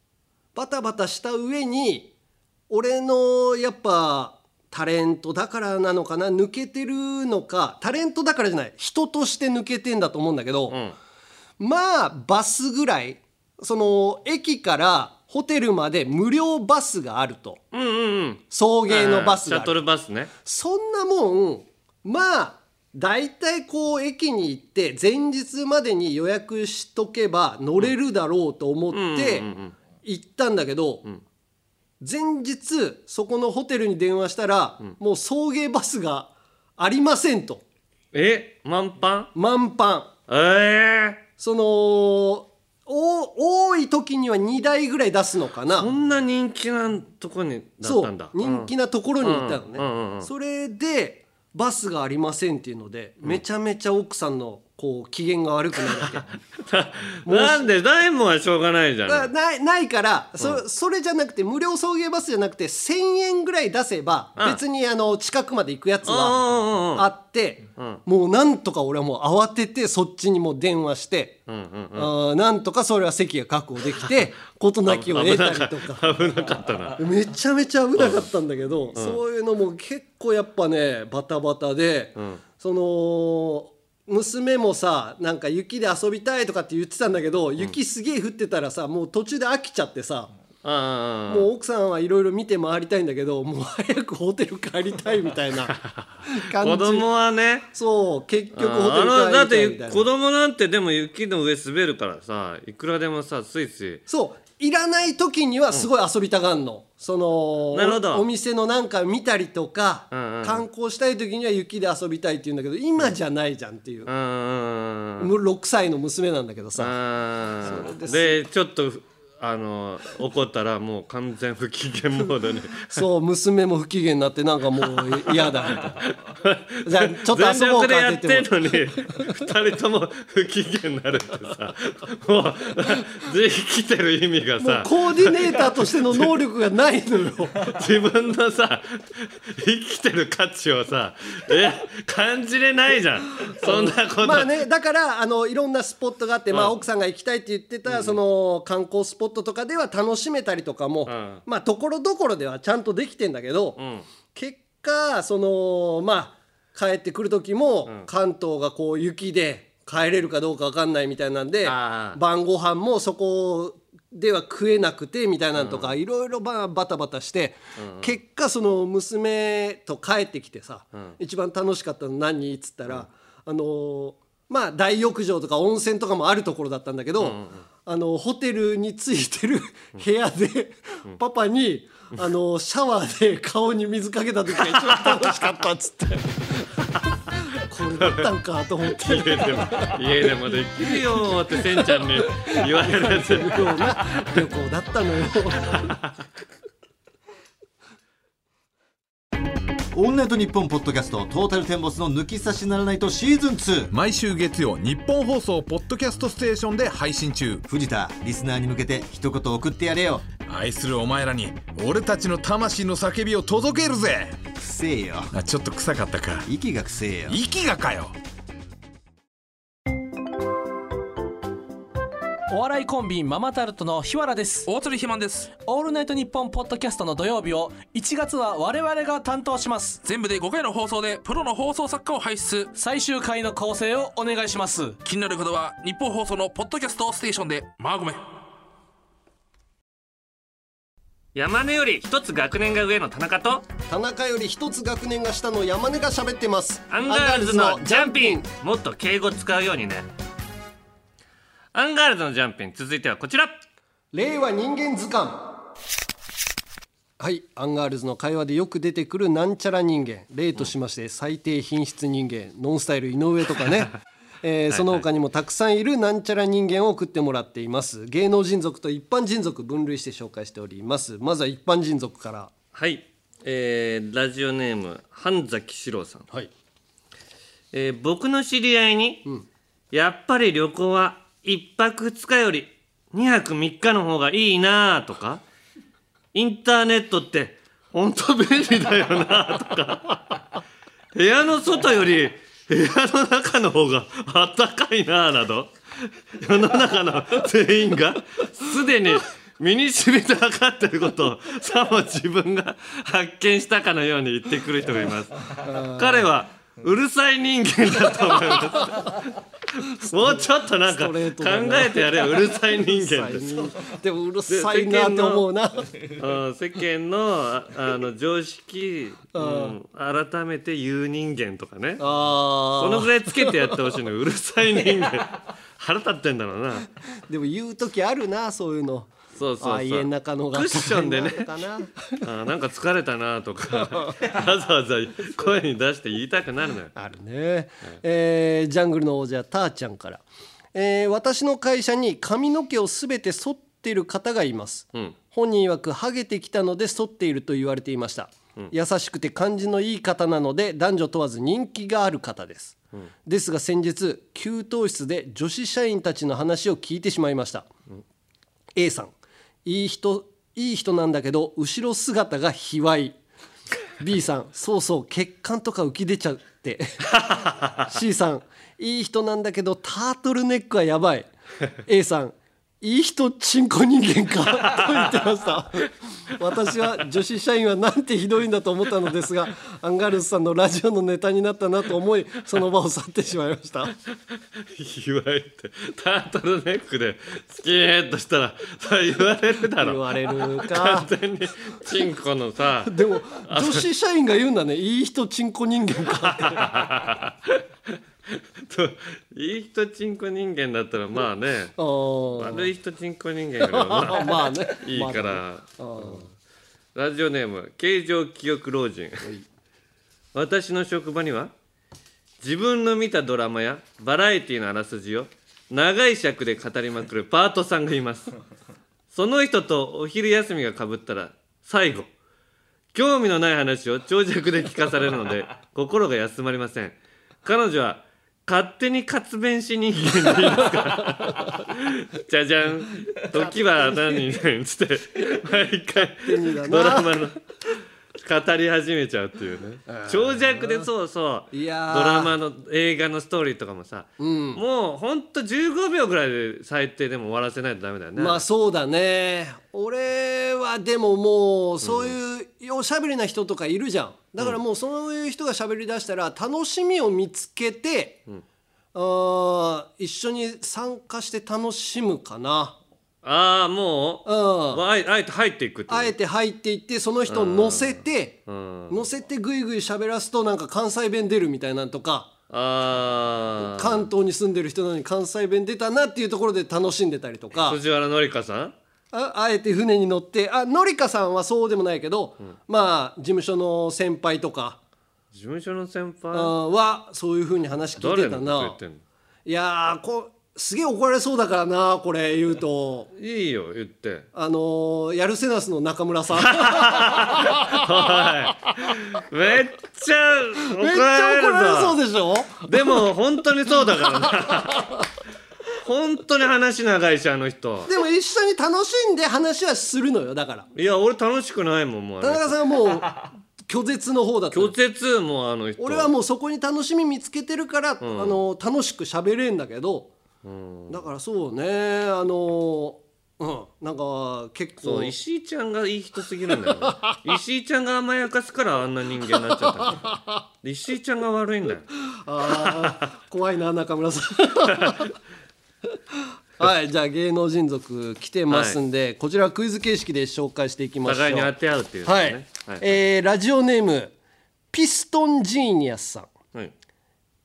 [SPEAKER 2] バタバタした上に俺のやっぱタレントだからなのかな抜けてるのかタレントだからじゃない人として抜けてんだと思うんだけど、まあバスぐらいその駅からホテルまで無料バスがあると
[SPEAKER 1] うんうんうん
[SPEAKER 2] 送迎のバス
[SPEAKER 1] シ
[SPEAKER 2] があ
[SPEAKER 1] ャ
[SPEAKER 2] る
[SPEAKER 1] トルバスね
[SPEAKER 2] そんなもんまあ大体こう駅に行って前日までに予約しとけば乗れるだろうと思って行ったんだけど前日そこのホテルに電話したらもう送迎バスがありませんと
[SPEAKER 1] え満帆
[SPEAKER 2] 満帆
[SPEAKER 1] ええ
[SPEAKER 2] そのお多い時には2台ぐらい出すのかな
[SPEAKER 1] こんな人気なとこにだっ
[SPEAKER 2] そ
[SPEAKER 1] たん
[SPEAKER 2] う
[SPEAKER 1] だ
[SPEAKER 2] 人気なところにいたのね、
[SPEAKER 1] うんうんうんうん
[SPEAKER 2] それでバスがありませんっていうので、めちゃめちゃ奥さんのこう機嫌が悪くなる わけ
[SPEAKER 1] うんなんでダイモンはしょうがないじゃ
[SPEAKER 2] だから
[SPEAKER 1] ない
[SPEAKER 2] ないないからそ,、それじゃなくて無料送迎バスじゃなくて1,000円ぐらい出せば、
[SPEAKER 1] うん
[SPEAKER 2] 別にあの近くまで行くやつは
[SPEAKER 1] うんうんうん
[SPEAKER 2] あって、もうなんとか俺はもう慌ててそっちにもう電話して、あーなんとかそれは席が確保で きて事なきを得たりとか。
[SPEAKER 1] 危なかったな
[SPEAKER 2] めちゃめちゃ危なかったんだけど、そういうのも結構やっぱねバタバタで、その娘もさなんか雪で遊びたいとかって言ってたんだけど、雪すげえ降ってたらさもう途中で飽きちゃってさ、
[SPEAKER 1] ああ
[SPEAKER 2] もう奥さんはいろいろ見て回りたいんだけどもう早くホテル帰りたいみたいな感 じ
[SPEAKER 1] 子供はね
[SPEAKER 2] そう結局ホテ
[SPEAKER 1] あのだっ
[SPEAKER 2] ル帰りたいみ
[SPEAKER 1] て
[SPEAKER 2] たい
[SPEAKER 1] 子
[SPEAKER 2] な
[SPEAKER 1] 供なんてでも雪の上滑るからさいくらでもさついつい
[SPEAKER 2] そういらない時にはすごい遊びたがんの、その
[SPEAKER 1] なるほど
[SPEAKER 2] おお店のなんか見たりとか、
[SPEAKER 1] んうんうん
[SPEAKER 2] 観光したい時には雪で遊びたいって言うんだけど今じゃないじゃんっていう、
[SPEAKER 1] うんうんうん
[SPEAKER 2] もう6歳の娘なんだけどさ、
[SPEAKER 1] あ
[SPEAKER 2] それ
[SPEAKER 1] ーでちょっとあの怒ったらもう完全不機嫌モー ドに
[SPEAKER 2] そう娘も不機嫌になってなんかも う嫌だみたいなじゃあちょっと
[SPEAKER 1] 全
[SPEAKER 2] 遊ぼ
[SPEAKER 1] 力
[SPEAKER 2] う
[SPEAKER 1] で
[SPEAKER 2] か
[SPEAKER 1] や
[SPEAKER 2] っ
[SPEAKER 1] ってて
[SPEAKER 2] 言っ
[SPEAKER 1] ん
[SPEAKER 2] て
[SPEAKER 1] の
[SPEAKER 2] も
[SPEAKER 1] に2人とも不機嫌になるってさもう生きてる意味が
[SPEAKER 2] もう
[SPEAKER 1] さ
[SPEAKER 2] コーディネーターとしての能力がないのよ
[SPEAKER 1] 自分のさ生きてる価値をさえ感じれないじゃんそんなこと、
[SPEAKER 2] まあねだからあのいろんなスポットがあって、まあ、奥さんが行きたいって言ってた、その観光スポットとかでは楽しめたりとかも、
[SPEAKER 1] ん
[SPEAKER 2] まあところどころではちゃんとできてんだけど、
[SPEAKER 1] ん
[SPEAKER 2] 結果そのまあ帰ってくる時も、関東がこう雪で帰れるかどうか分かんないみたいなんで
[SPEAKER 1] あー
[SPEAKER 2] 晩ご飯もそこでは食えなくてみたいなのとか、いろいろばバタバタして、結果その娘と帰ってきてさ、一番楽しかったの何っつったら、あのーまあ大浴場とか温泉とかもあるところだったんだけど、あのホテルについてる部屋で、パパにあのシャワーで顔に水かけた時が一番楽しかったっつって これだったんかと思って
[SPEAKER 1] 家でも家でもできるよってせんちゃんに言われるやつ
[SPEAKER 2] 旅行な旅行だったのよ。
[SPEAKER 7] オールナイトニッポンポッドキャストトータルテンボスの抜き差しならないとシーズン2
[SPEAKER 8] 毎週月曜日本放送ポッドキャストステーションで配信中
[SPEAKER 7] 藤田リスナーに向けて一言送ってやれよ
[SPEAKER 8] 愛するお前らに俺たちの魂の叫びを届けるぜ
[SPEAKER 7] くせえよ
[SPEAKER 8] あちょっと臭かったか
[SPEAKER 7] 息がくせえよ
[SPEAKER 8] 息がかよ
[SPEAKER 9] お笑いコンビママタルトの日原です
[SPEAKER 3] 大鶴ひまんです
[SPEAKER 9] オールナイトニッポンポッドキャストの土曜日を1月は我々が担当します
[SPEAKER 3] 全部で5回の放送でプロの放送作家を輩出
[SPEAKER 9] 最終回の構成をお願いします
[SPEAKER 3] 気になる方は日本放送のポッドキャストステーションでマーゴメ
[SPEAKER 1] 山根より一つ学年が上の田中と
[SPEAKER 2] 田中より一つ学年が下の山根が喋ってます
[SPEAKER 1] アンガールズのジャンピンもっと敬語使うようにねアンガールズのジャンピン続いてはこちら
[SPEAKER 2] 令和人間図鑑はいアンガールズの会話でよく出てくるなんちゃら人間例としまして最低品質人間ノンスタイル井上とか ねえーその他にもたくさんいるなんちゃら人間を送ってもらっています芸能人族と一般人族分類して紹介しておりますまずは一般人族から
[SPEAKER 1] はい、えーラジオネーム半崎史郎さん、
[SPEAKER 2] はい
[SPEAKER 1] えー僕の知り合いに、やっぱり旅行は1泊2日より2泊3日の方がいいなとかインターネットって本当便利だよなとか部屋の外より部屋の中の方があったかいななど世の中の全員がすでに身に染みて分かっていることをさも自分が発見したかのように言ってくる人がいます彼はうるさい人間だと思いますもうちょっとなんか
[SPEAKER 2] スト
[SPEAKER 1] 考
[SPEAKER 2] レートだな
[SPEAKER 1] えてやれようるさい人間です
[SPEAKER 2] でもうるさいなって思 うな
[SPEAKER 1] うん世間のああの常識、うん、改めて言う人間とかねそ
[SPEAKER 2] あ
[SPEAKER 1] のぐらいつけてやってほしいの ようるさい人間腹立ってんだろうな
[SPEAKER 2] ーでも言う時あるなそういうの
[SPEAKER 1] そうそうそう
[SPEAKER 2] あー家の中の方が
[SPEAKER 1] クッションでね
[SPEAKER 2] あったかいなのかな
[SPEAKER 1] あーなんか疲れたなと かわざわざ声に出して言いたくなるのよ
[SPEAKER 2] あるね、えージャングルの王者ターちゃんから、えー私の会社に髪の毛をすべて剃っている方がいます、
[SPEAKER 1] ん
[SPEAKER 2] 本人曰くハゲてきたので剃っていると言われていました、優しくて感じのいい方なので男女問わず人気がある方です、ですが先日給湯室で女子社員たちの話を聞いてしまいました、A さんいい人いい人なんだけど後ろ姿が卑猥 B さんそうそう血管とか浮き出ちゃって C さんいい人なんだけどタートルネックはやばい A さんいい人チンコ人間 かと言ってました私は女子社員はなんてひどいんだと思ったのですがアンガールズさんのラジオのネタになったなと思いその場を去ってしまいました
[SPEAKER 1] 言われてタートルネックでスキーッとしたらそれ言われるだ
[SPEAKER 2] 言
[SPEAKER 1] ろ
[SPEAKER 2] われるか
[SPEAKER 1] 完全にチンコのさ
[SPEAKER 2] でも女子社員が言うんだねいい人チンコ人間か
[SPEAKER 1] といい人チンコ人間だったらまあね
[SPEAKER 2] あー
[SPEAKER 1] 悪い人チンコ人間よりは まあ
[SPEAKER 2] まあね
[SPEAKER 1] いいか
[SPEAKER 2] まあね
[SPEAKER 1] ら、うんラジオネーム形状記憶老人私の職場には自分の見たドラマやバラエティのあらすじを長い尺で語りまくるパートさんがいますその人とお昼休みがかぶったら最後興味のない話を長尺で聞かされるので 心が休まりません彼女は勝手に活弁し人間でいいですか じゃじゃん時は何々つって毎
[SPEAKER 2] にだな
[SPEAKER 1] 回ドラマの語り始めちゃうっていうね長尺でそうそう
[SPEAKER 2] い
[SPEAKER 1] ド
[SPEAKER 2] やー
[SPEAKER 1] ラマの映画のストーリーとかもさ、もうほんと15秒ぐらいで最低でも終わらせないとダメだよね、
[SPEAKER 2] まあそうだね俺はでももうそういうおしゃべりな人とかいるじゃんだからもうそういう人がしゃべりだしたら楽しみを見つけて、あー一緒に参加して楽しむかな、
[SPEAKER 1] ああも
[SPEAKER 2] う
[SPEAKER 1] う、
[SPEAKER 2] ん、
[SPEAKER 1] あえあえて入っていくっていう
[SPEAKER 2] あえて入っていってその人を乗せて
[SPEAKER 1] うん
[SPEAKER 2] 乗せてぐいぐい喋らすとなんか関西弁出るみたいなんとか
[SPEAKER 1] あー
[SPEAKER 2] 関東に住んでる人なのに関西弁出たなっていうところで楽しんでたりとか
[SPEAKER 1] 藤原紀香さん
[SPEAKER 2] ああえて船に乗ってあのりかさんはそうでもないけど、まあ事務所の先輩とか
[SPEAKER 1] 事務所の先
[SPEAKER 2] あ
[SPEAKER 1] 輩
[SPEAKER 2] ーはそういうふうに話聞い
[SPEAKER 1] 誰
[SPEAKER 2] て
[SPEAKER 1] の
[SPEAKER 2] た
[SPEAKER 1] こと言
[SPEAKER 2] な
[SPEAKER 1] ってんの
[SPEAKER 2] いやーこすげえ怒られそうだからなこれ言うと
[SPEAKER 1] いいよ言って
[SPEAKER 2] あのーやるせなすの中 村さん
[SPEAKER 1] はいめっちゃ怒
[SPEAKER 2] めっちゃ怒られ
[SPEAKER 1] ら
[SPEAKER 2] そう
[SPEAKER 1] れる
[SPEAKER 2] でしょ
[SPEAKER 1] ぞでも本当にそうだからな本当に話長いしあの人
[SPEAKER 2] でも一緒に楽しんで話はするのよだから
[SPEAKER 1] いや俺楽しくないもんもうあ
[SPEAKER 2] 田
[SPEAKER 1] れ
[SPEAKER 2] 中さん はもう拒絶の方だったの
[SPEAKER 1] 拒絶もうあの人
[SPEAKER 2] 俺はもうそこに楽しみ見つけてるから、あの楽しく喋れんだけど、だからそうねあのうんなんか結
[SPEAKER 1] そ
[SPEAKER 2] 構
[SPEAKER 1] う石井ちゃんがいい人すぎるん だよね石井ちゃんが甘やかすからあんな人間になっちゃったで石井ちゃんが悪いんだよ
[SPEAKER 2] あー怖いな中村さ んはいじゃあ芸能人族来てますんで、こちらクイズ形式で紹介していきましょう
[SPEAKER 1] 互いに当て合うっていう
[SPEAKER 2] はい、
[SPEAKER 1] ねはい
[SPEAKER 2] えーラジオネームピストンジーニアスさん
[SPEAKER 1] はい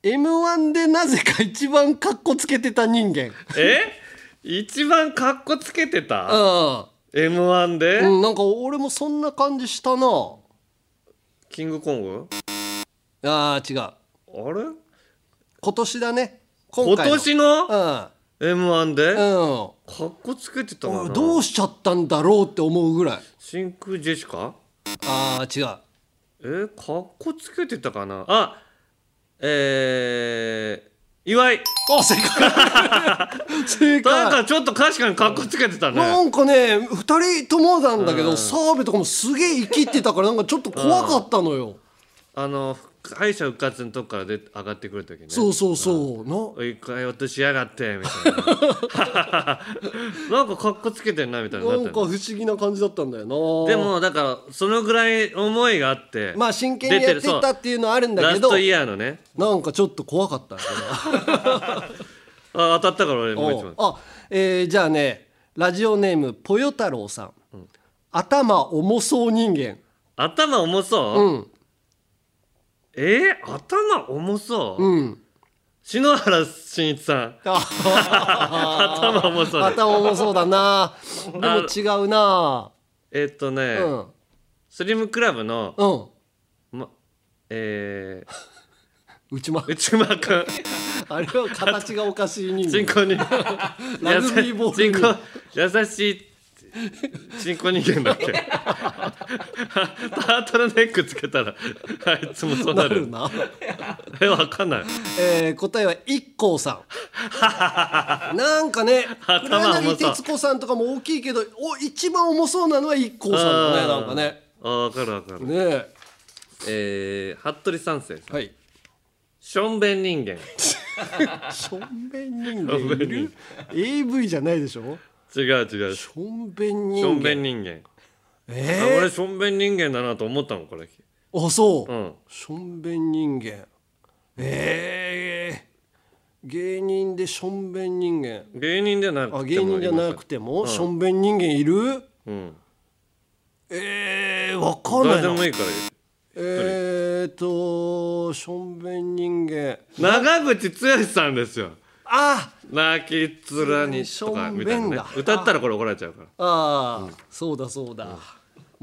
[SPEAKER 2] m 1でなぜか一番カッコつけてた人間
[SPEAKER 1] え一番かっこつけてた
[SPEAKER 2] うん
[SPEAKER 1] m 1で、
[SPEAKER 2] うん、なんか俺もそんな感じしたな
[SPEAKER 1] キングコング
[SPEAKER 2] あー違う
[SPEAKER 1] あれ
[SPEAKER 2] 今年だね今
[SPEAKER 1] 今
[SPEAKER 2] 回の
[SPEAKER 1] 年の m 1で、
[SPEAKER 2] う
[SPEAKER 1] か
[SPEAKER 2] ん、うん
[SPEAKER 1] っこつけてた
[SPEAKER 2] お
[SPEAKER 1] の
[SPEAKER 2] い
[SPEAKER 1] な
[SPEAKER 2] どうしちゃったんだろうって思うぐらい
[SPEAKER 1] 真空ジェシカ
[SPEAKER 2] あー違う
[SPEAKER 1] えー、かっこつけてたかなあえー、岩井
[SPEAKER 2] あ正解 正
[SPEAKER 1] なんか
[SPEAKER 2] 解
[SPEAKER 1] ちょっと確かにかっこつけてたね
[SPEAKER 2] なんかね2人ともなんだけど澤部とかもすげえ生きってたからなんかちょっと怖かったのよ
[SPEAKER 1] あの敗者復活のとこからで上がってくるときね
[SPEAKER 2] そうそうそうな
[SPEAKER 1] 一回落としやがってみたい ななんかかっこつけてんなみたいにな
[SPEAKER 2] な
[SPEAKER 1] っ
[SPEAKER 2] ん
[SPEAKER 1] た
[SPEAKER 2] か
[SPEAKER 1] よ
[SPEAKER 2] 不思議な感じだったんだよな
[SPEAKER 1] でもだからそのぐらい思いがあって
[SPEAKER 2] まあ真剣にやってたっていうのはあるんだ
[SPEAKER 1] ラ
[SPEAKER 2] け
[SPEAKER 1] ス
[SPEAKER 2] ど
[SPEAKER 1] トイヤーのね
[SPEAKER 2] なんかちょっと怖かったよね
[SPEAKER 1] あ当たったから俺もう一枚
[SPEAKER 2] あ、えーじゃあねラジオネームぽよ太郎さん、頭重そう人間
[SPEAKER 1] 頭重そう、
[SPEAKER 2] うん
[SPEAKER 1] えー、頭重そう、
[SPEAKER 2] うん
[SPEAKER 1] 篠原慎一さん
[SPEAKER 2] あ
[SPEAKER 1] 頭重そうだ
[SPEAKER 2] 頭重そう だなでも違うな
[SPEAKER 1] えっとね、
[SPEAKER 2] うん
[SPEAKER 1] スリムクラブの、
[SPEAKER 2] うん
[SPEAKER 1] ま、えー、
[SPEAKER 2] 内間
[SPEAKER 1] 内間君
[SPEAKER 2] あれは形がおかしい人
[SPEAKER 1] チン
[SPEAKER 2] 間
[SPEAKER 1] コに
[SPEAKER 2] ラグビーボールに
[SPEAKER 1] チンコ優しいチンコ人間だっけタートルネックつけたらあいつもそうな
[SPEAKER 2] な
[SPEAKER 1] る
[SPEAKER 2] るな、
[SPEAKER 1] えわかんない
[SPEAKER 2] えー答えは一光さ んなんかね
[SPEAKER 1] 頭重そう
[SPEAKER 2] 黒柳徹子さんとかも大きいけどお一番重そうなのは一光さんだねなんかね
[SPEAKER 1] あーわかるわかる、
[SPEAKER 2] ねえ
[SPEAKER 1] えー、服部三世さん
[SPEAKER 2] はい
[SPEAKER 1] しょんべん人間
[SPEAKER 2] しょんべん人間いる AV じゃないでしょ
[SPEAKER 1] 違う違うし
[SPEAKER 2] しょんべん人間
[SPEAKER 1] ょんべん人間、あ
[SPEAKER 2] え
[SPEAKER 1] 俺しょんべん人間だなと思ったのこれ
[SPEAKER 2] ー、あそう、
[SPEAKER 1] うん
[SPEAKER 2] しょんべん人間えー、芸人でしょんべん人間
[SPEAKER 1] 芸人じゃなくても
[SPEAKER 2] あ芸人じゃなくてもしょんべん人間いる
[SPEAKER 1] うん
[SPEAKER 2] えー、わかん
[SPEAKER 1] 誰
[SPEAKER 2] ない
[SPEAKER 1] で
[SPEAKER 2] な
[SPEAKER 1] もいいから
[SPEAKER 2] えーとしょんべん人間
[SPEAKER 1] 長渕剛さんですよ
[SPEAKER 2] あ
[SPEAKER 1] 泣きつらにとかみたいな
[SPEAKER 2] しょんべん
[SPEAKER 1] ね
[SPEAKER 2] だ
[SPEAKER 1] 歌ったらこれ怒られちゃうから
[SPEAKER 2] あー、そうだそうだ、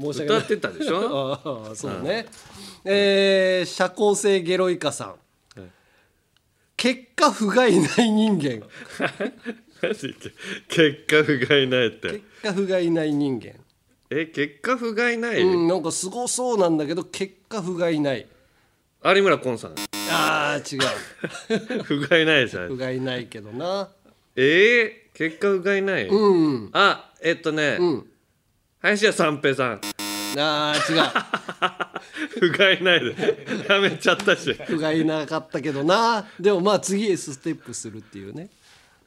[SPEAKER 2] 申し訳
[SPEAKER 1] 歌
[SPEAKER 2] ない
[SPEAKER 1] ってたでしょ
[SPEAKER 2] ああそうね、えー社交性ゲロイカさん、結果不甲斐ない人間
[SPEAKER 1] マジで結果不甲斐ないって
[SPEAKER 2] 結果不甲斐ない人間
[SPEAKER 1] え結果不甲斐ない、
[SPEAKER 2] うんなんかすごそうなんだけど結果不甲斐ない
[SPEAKER 1] 有村昆さん
[SPEAKER 2] あー違う
[SPEAKER 1] 不甲斐ないじゃ
[SPEAKER 2] 不
[SPEAKER 1] ん
[SPEAKER 2] 甲斐ないけどな
[SPEAKER 1] えー、結果不甲斐ない、
[SPEAKER 2] うん
[SPEAKER 1] あえっとね、
[SPEAKER 2] うん
[SPEAKER 1] 林家三平さん
[SPEAKER 2] あー違う
[SPEAKER 1] 不甲斐ないでやめちゃったし
[SPEAKER 2] 不甲斐なかったけどなでもまあ次へステップするっていうね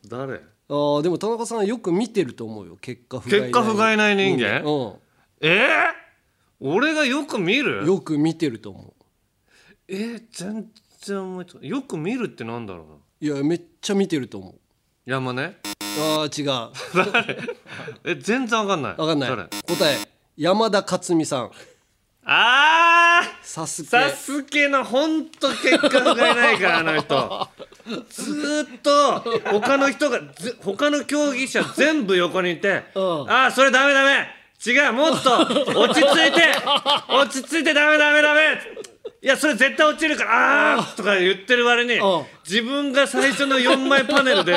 [SPEAKER 1] 誰
[SPEAKER 2] あーでも田中さんはよく見てると思うよ結果不甲斐ない
[SPEAKER 1] 結果不甲斐ない人間、えー、俺がよく見
[SPEAKER 2] う
[SPEAKER 1] る
[SPEAKER 2] ん、よく見てると思う
[SPEAKER 1] えー、全然思いつかないよく見るってなんだろうない
[SPEAKER 2] やめっちゃ見てると思う
[SPEAKER 1] 山ね
[SPEAKER 2] あー違う
[SPEAKER 1] え全然わかんない
[SPEAKER 2] わかんない
[SPEAKER 1] 誰
[SPEAKER 2] 答え山田勝美さん
[SPEAKER 1] あー
[SPEAKER 2] サスケ
[SPEAKER 1] サスケの本当結果がないからあの人ずーっと他の人がず他の競技者全部横にいて「
[SPEAKER 2] ん
[SPEAKER 1] ああそれダメダメ違うもっと落ち着いて落ち着いてダメダメダメ」いやそれ絶対落ちるから「あー」とか言ってる割に
[SPEAKER 2] ん
[SPEAKER 1] 自分が最初の4枚パネルで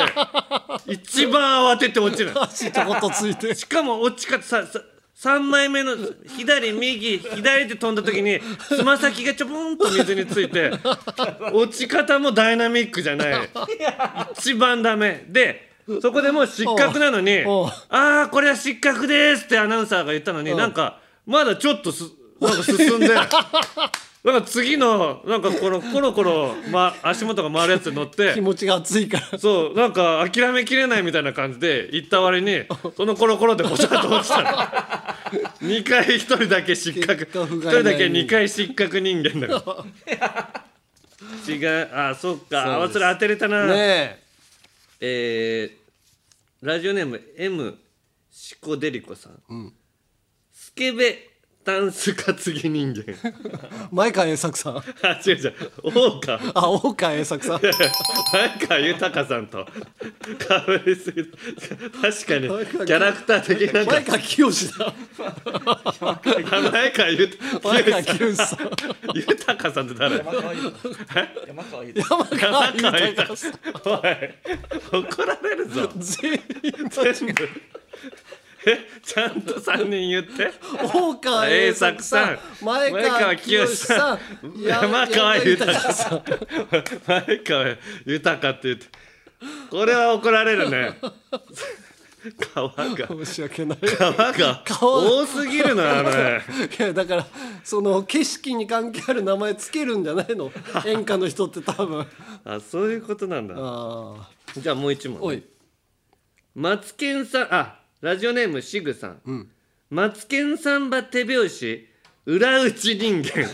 [SPEAKER 1] 一番慌てて落ちる。
[SPEAKER 2] 足ちょこっと ついて
[SPEAKER 1] しかも落ち方ささ3枚目の左右左で飛んだ時につま先がちょぼんと水について落ち方もダイナミックじゃない一番ダメでそこでもう失格なのに「
[SPEAKER 2] おう
[SPEAKER 1] ああこれは失格です」ってアナウンサーが言ったのになんかまだちょっとすなんか進んで。なんか次のなんかこのコロコロ、ま、足元が回るやつに乗って
[SPEAKER 2] 気持ちが熱いから
[SPEAKER 1] そうなんか諦めきれないみたいな感じで行った割にそのコロコロでボシャッと落ちたの 2回1人だけ失格
[SPEAKER 2] 結果不
[SPEAKER 1] 1
[SPEAKER 2] 甲
[SPEAKER 1] 人
[SPEAKER 2] 斐ない
[SPEAKER 1] だけ2回失格人間だから 違うあそっかあそれ当てれたな、
[SPEAKER 2] ね
[SPEAKER 1] えーラジオネーム M シコデリコさん、スケベタンス担ぎ人間
[SPEAKER 2] え前川栄作さん
[SPEAKER 1] あ違う違う王か
[SPEAKER 2] あ大川栄作さん
[SPEAKER 1] なんか豊さんとかぶりすぎる確かに
[SPEAKER 2] 前川
[SPEAKER 1] キャラクター的なん
[SPEAKER 2] 前
[SPEAKER 1] か
[SPEAKER 2] 川清だ
[SPEAKER 1] 名前かゆ
[SPEAKER 2] 前川
[SPEAKER 1] 豊
[SPEAKER 2] 清さん
[SPEAKER 1] 豊さんって誰
[SPEAKER 9] 山川優
[SPEAKER 1] 山川豊さんおい怒られるぞ
[SPEAKER 2] 全員
[SPEAKER 1] 全部えちゃんと三人言って
[SPEAKER 2] 大川栄作さん前川清さんや
[SPEAKER 1] 山川豊
[SPEAKER 2] 山
[SPEAKER 1] さん前川豊って言ってこれは怒られるね川が
[SPEAKER 2] 申し訳ない
[SPEAKER 1] 川が多すぎるなあれ
[SPEAKER 2] いやだからその景色に関係ある名前つけるんじゃないの演歌の人って多分
[SPEAKER 1] あそういうことなんだ
[SPEAKER 2] あー
[SPEAKER 1] じゃあもう一問
[SPEAKER 2] おい
[SPEAKER 1] マツケンさんあラジオネームシグさん、マツケンサンバ手拍子裏打ち人間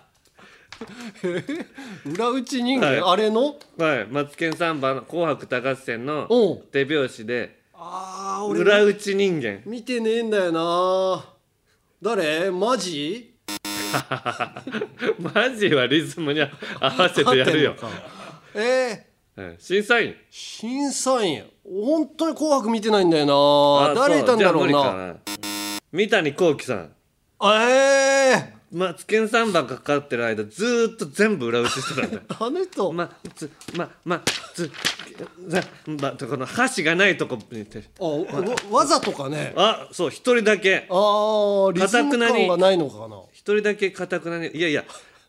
[SPEAKER 2] 裏打ち人間、
[SPEAKER 1] はい
[SPEAKER 2] あれの
[SPEAKER 1] はいマツケンサンバの「紅白歌合戦」の
[SPEAKER 2] おう
[SPEAKER 1] 手拍子で裏打ち人間
[SPEAKER 2] 見てねえんだよな誰マジ
[SPEAKER 1] マジはリズムに合わせてやるよ
[SPEAKER 2] 勝、えー、
[SPEAKER 1] はい審査員
[SPEAKER 2] 審査員本当に「紅白」見てないんだよな誰いたんだろう
[SPEAKER 1] じゃあ
[SPEAKER 2] な
[SPEAKER 1] 無理か三谷幸喜さん
[SPEAKER 2] え
[SPEAKER 1] マツケンサンバかかってる間ずーっと全部裏打ちして たんだよ
[SPEAKER 2] えー、あの人、
[SPEAKER 1] まつままつざまとこの箸がないとこにて
[SPEAKER 2] あわわざとかね
[SPEAKER 1] あそう一人だけ
[SPEAKER 2] あーリズム
[SPEAKER 1] かたくなに
[SPEAKER 2] 感がないのかな
[SPEAKER 1] 一人だけかたくなにいやいや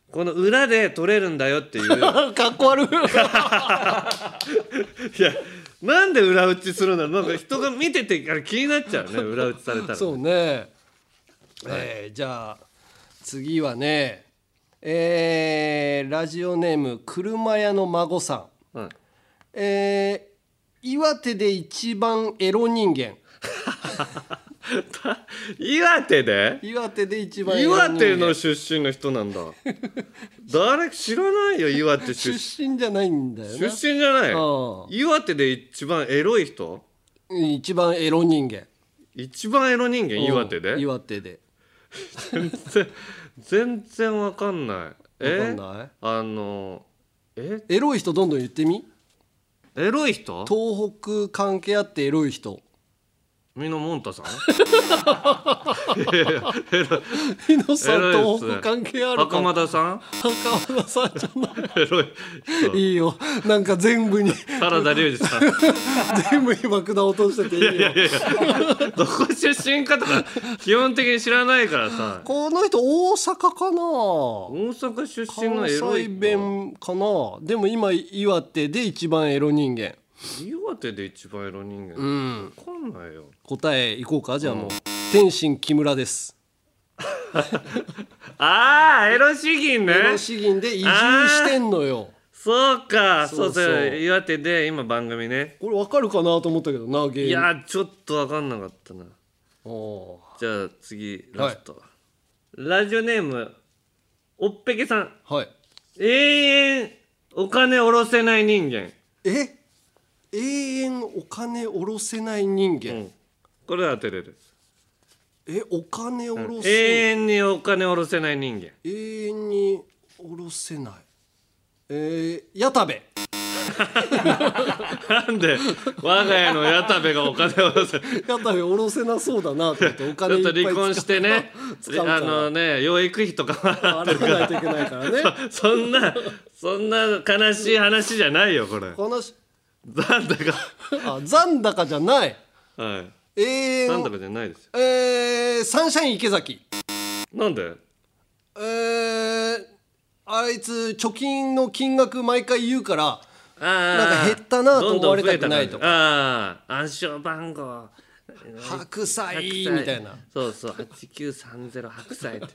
[SPEAKER 1] この裏で取れるんだよっ ていうい
[SPEAKER 2] あかっこ悪い
[SPEAKER 1] やなんで裏打ちするんだろうなんか人が見ててあれ気になっちゃうね裏打ちされたら
[SPEAKER 2] そうね、えーじゃあ次はねえーラジオネーム車屋の孫さん
[SPEAKER 1] はい
[SPEAKER 2] えー岩手で一番エロ人間
[SPEAKER 1] 岩手で
[SPEAKER 2] 岩手で一番エロ人間
[SPEAKER 1] 岩手の出身の人なんだ誰知らないよ岩手出
[SPEAKER 2] 出
[SPEAKER 1] 身
[SPEAKER 2] 身じゃないんだよ
[SPEAKER 1] 出
[SPEAKER 2] な
[SPEAKER 1] 身じゃない
[SPEAKER 2] うん
[SPEAKER 1] 岩手で一番エロい人
[SPEAKER 2] うん一番エロ人間
[SPEAKER 1] 一番エロ人間岩手
[SPEAKER 2] う
[SPEAKER 1] で
[SPEAKER 2] ん岩手で
[SPEAKER 1] 全然全然わかんないえ
[SPEAKER 2] わかんない
[SPEAKER 1] あのえ
[SPEAKER 2] エロい人どんどん言ってみ
[SPEAKER 1] エロい人
[SPEAKER 2] 東北関係あってエロい人
[SPEAKER 1] みのもんたさん エロいっ
[SPEAKER 2] 日野さん東
[SPEAKER 1] す
[SPEAKER 2] 北関係あるか
[SPEAKER 1] 袴田さん
[SPEAKER 2] 袴田さんじゃない
[SPEAKER 1] エロい人
[SPEAKER 2] い いよなんか全部に
[SPEAKER 1] 原田龍二さん
[SPEAKER 2] 全部に爆弾落としてていいよ
[SPEAKER 1] どこ出身かとか基本的に知らないからさ
[SPEAKER 2] この人大阪かな
[SPEAKER 1] 大阪出身の
[SPEAKER 2] 関
[SPEAKER 1] エロい
[SPEAKER 2] 西
[SPEAKER 1] 人
[SPEAKER 2] 弁かなでも今岩手で一番エロ人間
[SPEAKER 1] 岩手で一番エロ人間、
[SPEAKER 2] うん
[SPEAKER 1] わかんないよ
[SPEAKER 2] 答えいこうかじゃあもう天心木村です
[SPEAKER 1] ああエロ詩吟ね
[SPEAKER 2] エロ資銀で移住してんのよ
[SPEAKER 1] そうかそ
[SPEAKER 2] そうう
[SPEAKER 1] そ
[SPEAKER 2] そうう
[SPEAKER 1] 岩手で今番組ね
[SPEAKER 2] これわかるかなと思ったけどな芸
[SPEAKER 1] い
[SPEAKER 2] 人
[SPEAKER 1] やーちょっと分かんなかったな
[SPEAKER 2] お
[SPEAKER 1] じゃあ次ラスト、ラジオネームおっぺけさん
[SPEAKER 2] ーはい
[SPEAKER 1] 永遠お金下ろせない人間、
[SPEAKER 2] え永遠お金下ろせない人間、
[SPEAKER 1] うん、これは当てれる
[SPEAKER 2] えお金下ろ
[SPEAKER 1] 永
[SPEAKER 2] せ、
[SPEAKER 1] 遠にお金下ろせない人間
[SPEAKER 2] 永遠に下ろせないえー、矢田部
[SPEAKER 1] なんで我が家の矢田部がお金を下ろせ
[SPEAKER 2] やっぱり下ろせなそうだなと思ってお
[SPEAKER 1] ち
[SPEAKER 2] 金
[SPEAKER 1] ょ
[SPEAKER 2] い
[SPEAKER 1] っ
[SPEAKER 2] っぱ
[SPEAKER 1] と
[SPEAKER 2] い使う
[SPEAKER 1] 離婚してね
[SPEAKER 2] 使うから
[SPEAKER 1] あのね養育費とか
[SPEAKER 2] 払わ
[SPEAKER 1] 払ってるか
[SPEAKER 2] ないといけないからね
[SPEAKER 1] ら そんなそんな悲しい話じゃないよこれ
[SPEAKER 2] 話
[SPEAKER 1] 残高
[SPEAKER 2] あ残高じゃない
[SPEAKER 1] はい
[SPEAKER 2] 永遠
[SPEAKER 1] 残高じゃないですよ
[SPEAKER 2] えー、サンシャイン池崎
[SPEAKER 1] なんで
[SPEAKER 2] えー、あいつ貯金の金額毎回言うから
[SPEAKER 1] あー
[SPEAKER 2] なんか減ったなと
[SPEAKER 1] どん
[SPEAKER 2] 思
[SPEAKER 1] ど
[SPEAKER 2] わ
[SPEAKER 1] ん
[SPEAKER 2] れ
[SPEAKER 1] 増
[SPEAKER 2] た
[SPEAKER 1] えた
[SPEAKER 2] く
[SPEAKER 1] な
[SPEAKER 2] ないとか
[SPEAKER 1] ああ暗証番号
[SPEAKER 2] 白菜
[SPEAKER 1] 白
[SPEAKER 2] み
[SPEAKER 1] 菜
[SPEAKER 2] たいな
[SPEAKER 1] そうそう8930白菜って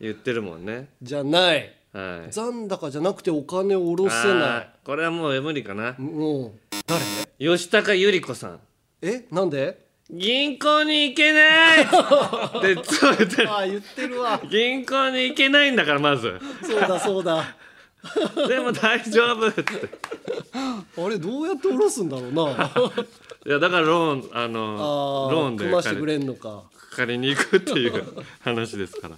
[SPEAKER 1] 言ってるもんね
[SPEAKER 2] じゃない
[SPEAKER 1] はい
[SPEAKER 2] 残高じゃなくてお金を下ろせな
[SPEAKER 1] あーこれはもう無理かない
[SPEAKER 2] もう
[SPEAKER 1] 吉高由里子さん
[SPEAKER 2] えなんで
[SPEAKER 1] 銀行に行け ないっていつも言ってる
[SPEAKER 2] ああ言ってるわ
[SPEAKER 1] 銀行に行けないんだからまず
[SPEAKER 2] そうだそうだあ
[SPEAKER 1] でも大丈夫って
[SPEAKER 2] れどうやって下ろすんだ ろうな
[SPEAKER 1] いやだからローンあ
[SPEAKER 2] あ
[SPEAKER 1] の
[SPEAKER 2] ー
[SPEAKER 1] ローンで
[SPEAKER 2] 組ましてく
[SPEAKER 1] 借り
[SPEAKER 2] れんのか
[SPEAKER 1] 借りに行くっていう話ですから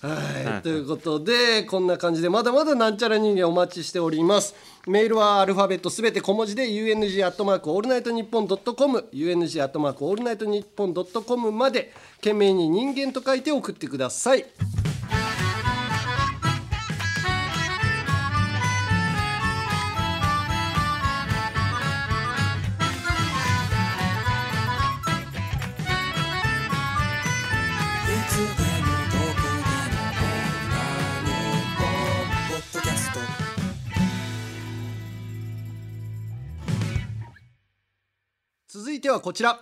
[SPEAKER 2] はい、ということでこんな感じでまだまだなんちゃら人間お待ちしておりますメールはアルファベットすべて小文字で UNG アットマークオールナイトニッポンドットコム UNG アットマークオールナイトニッポンドットコムまで懸命に人間と書いて送ってください続いてはこちら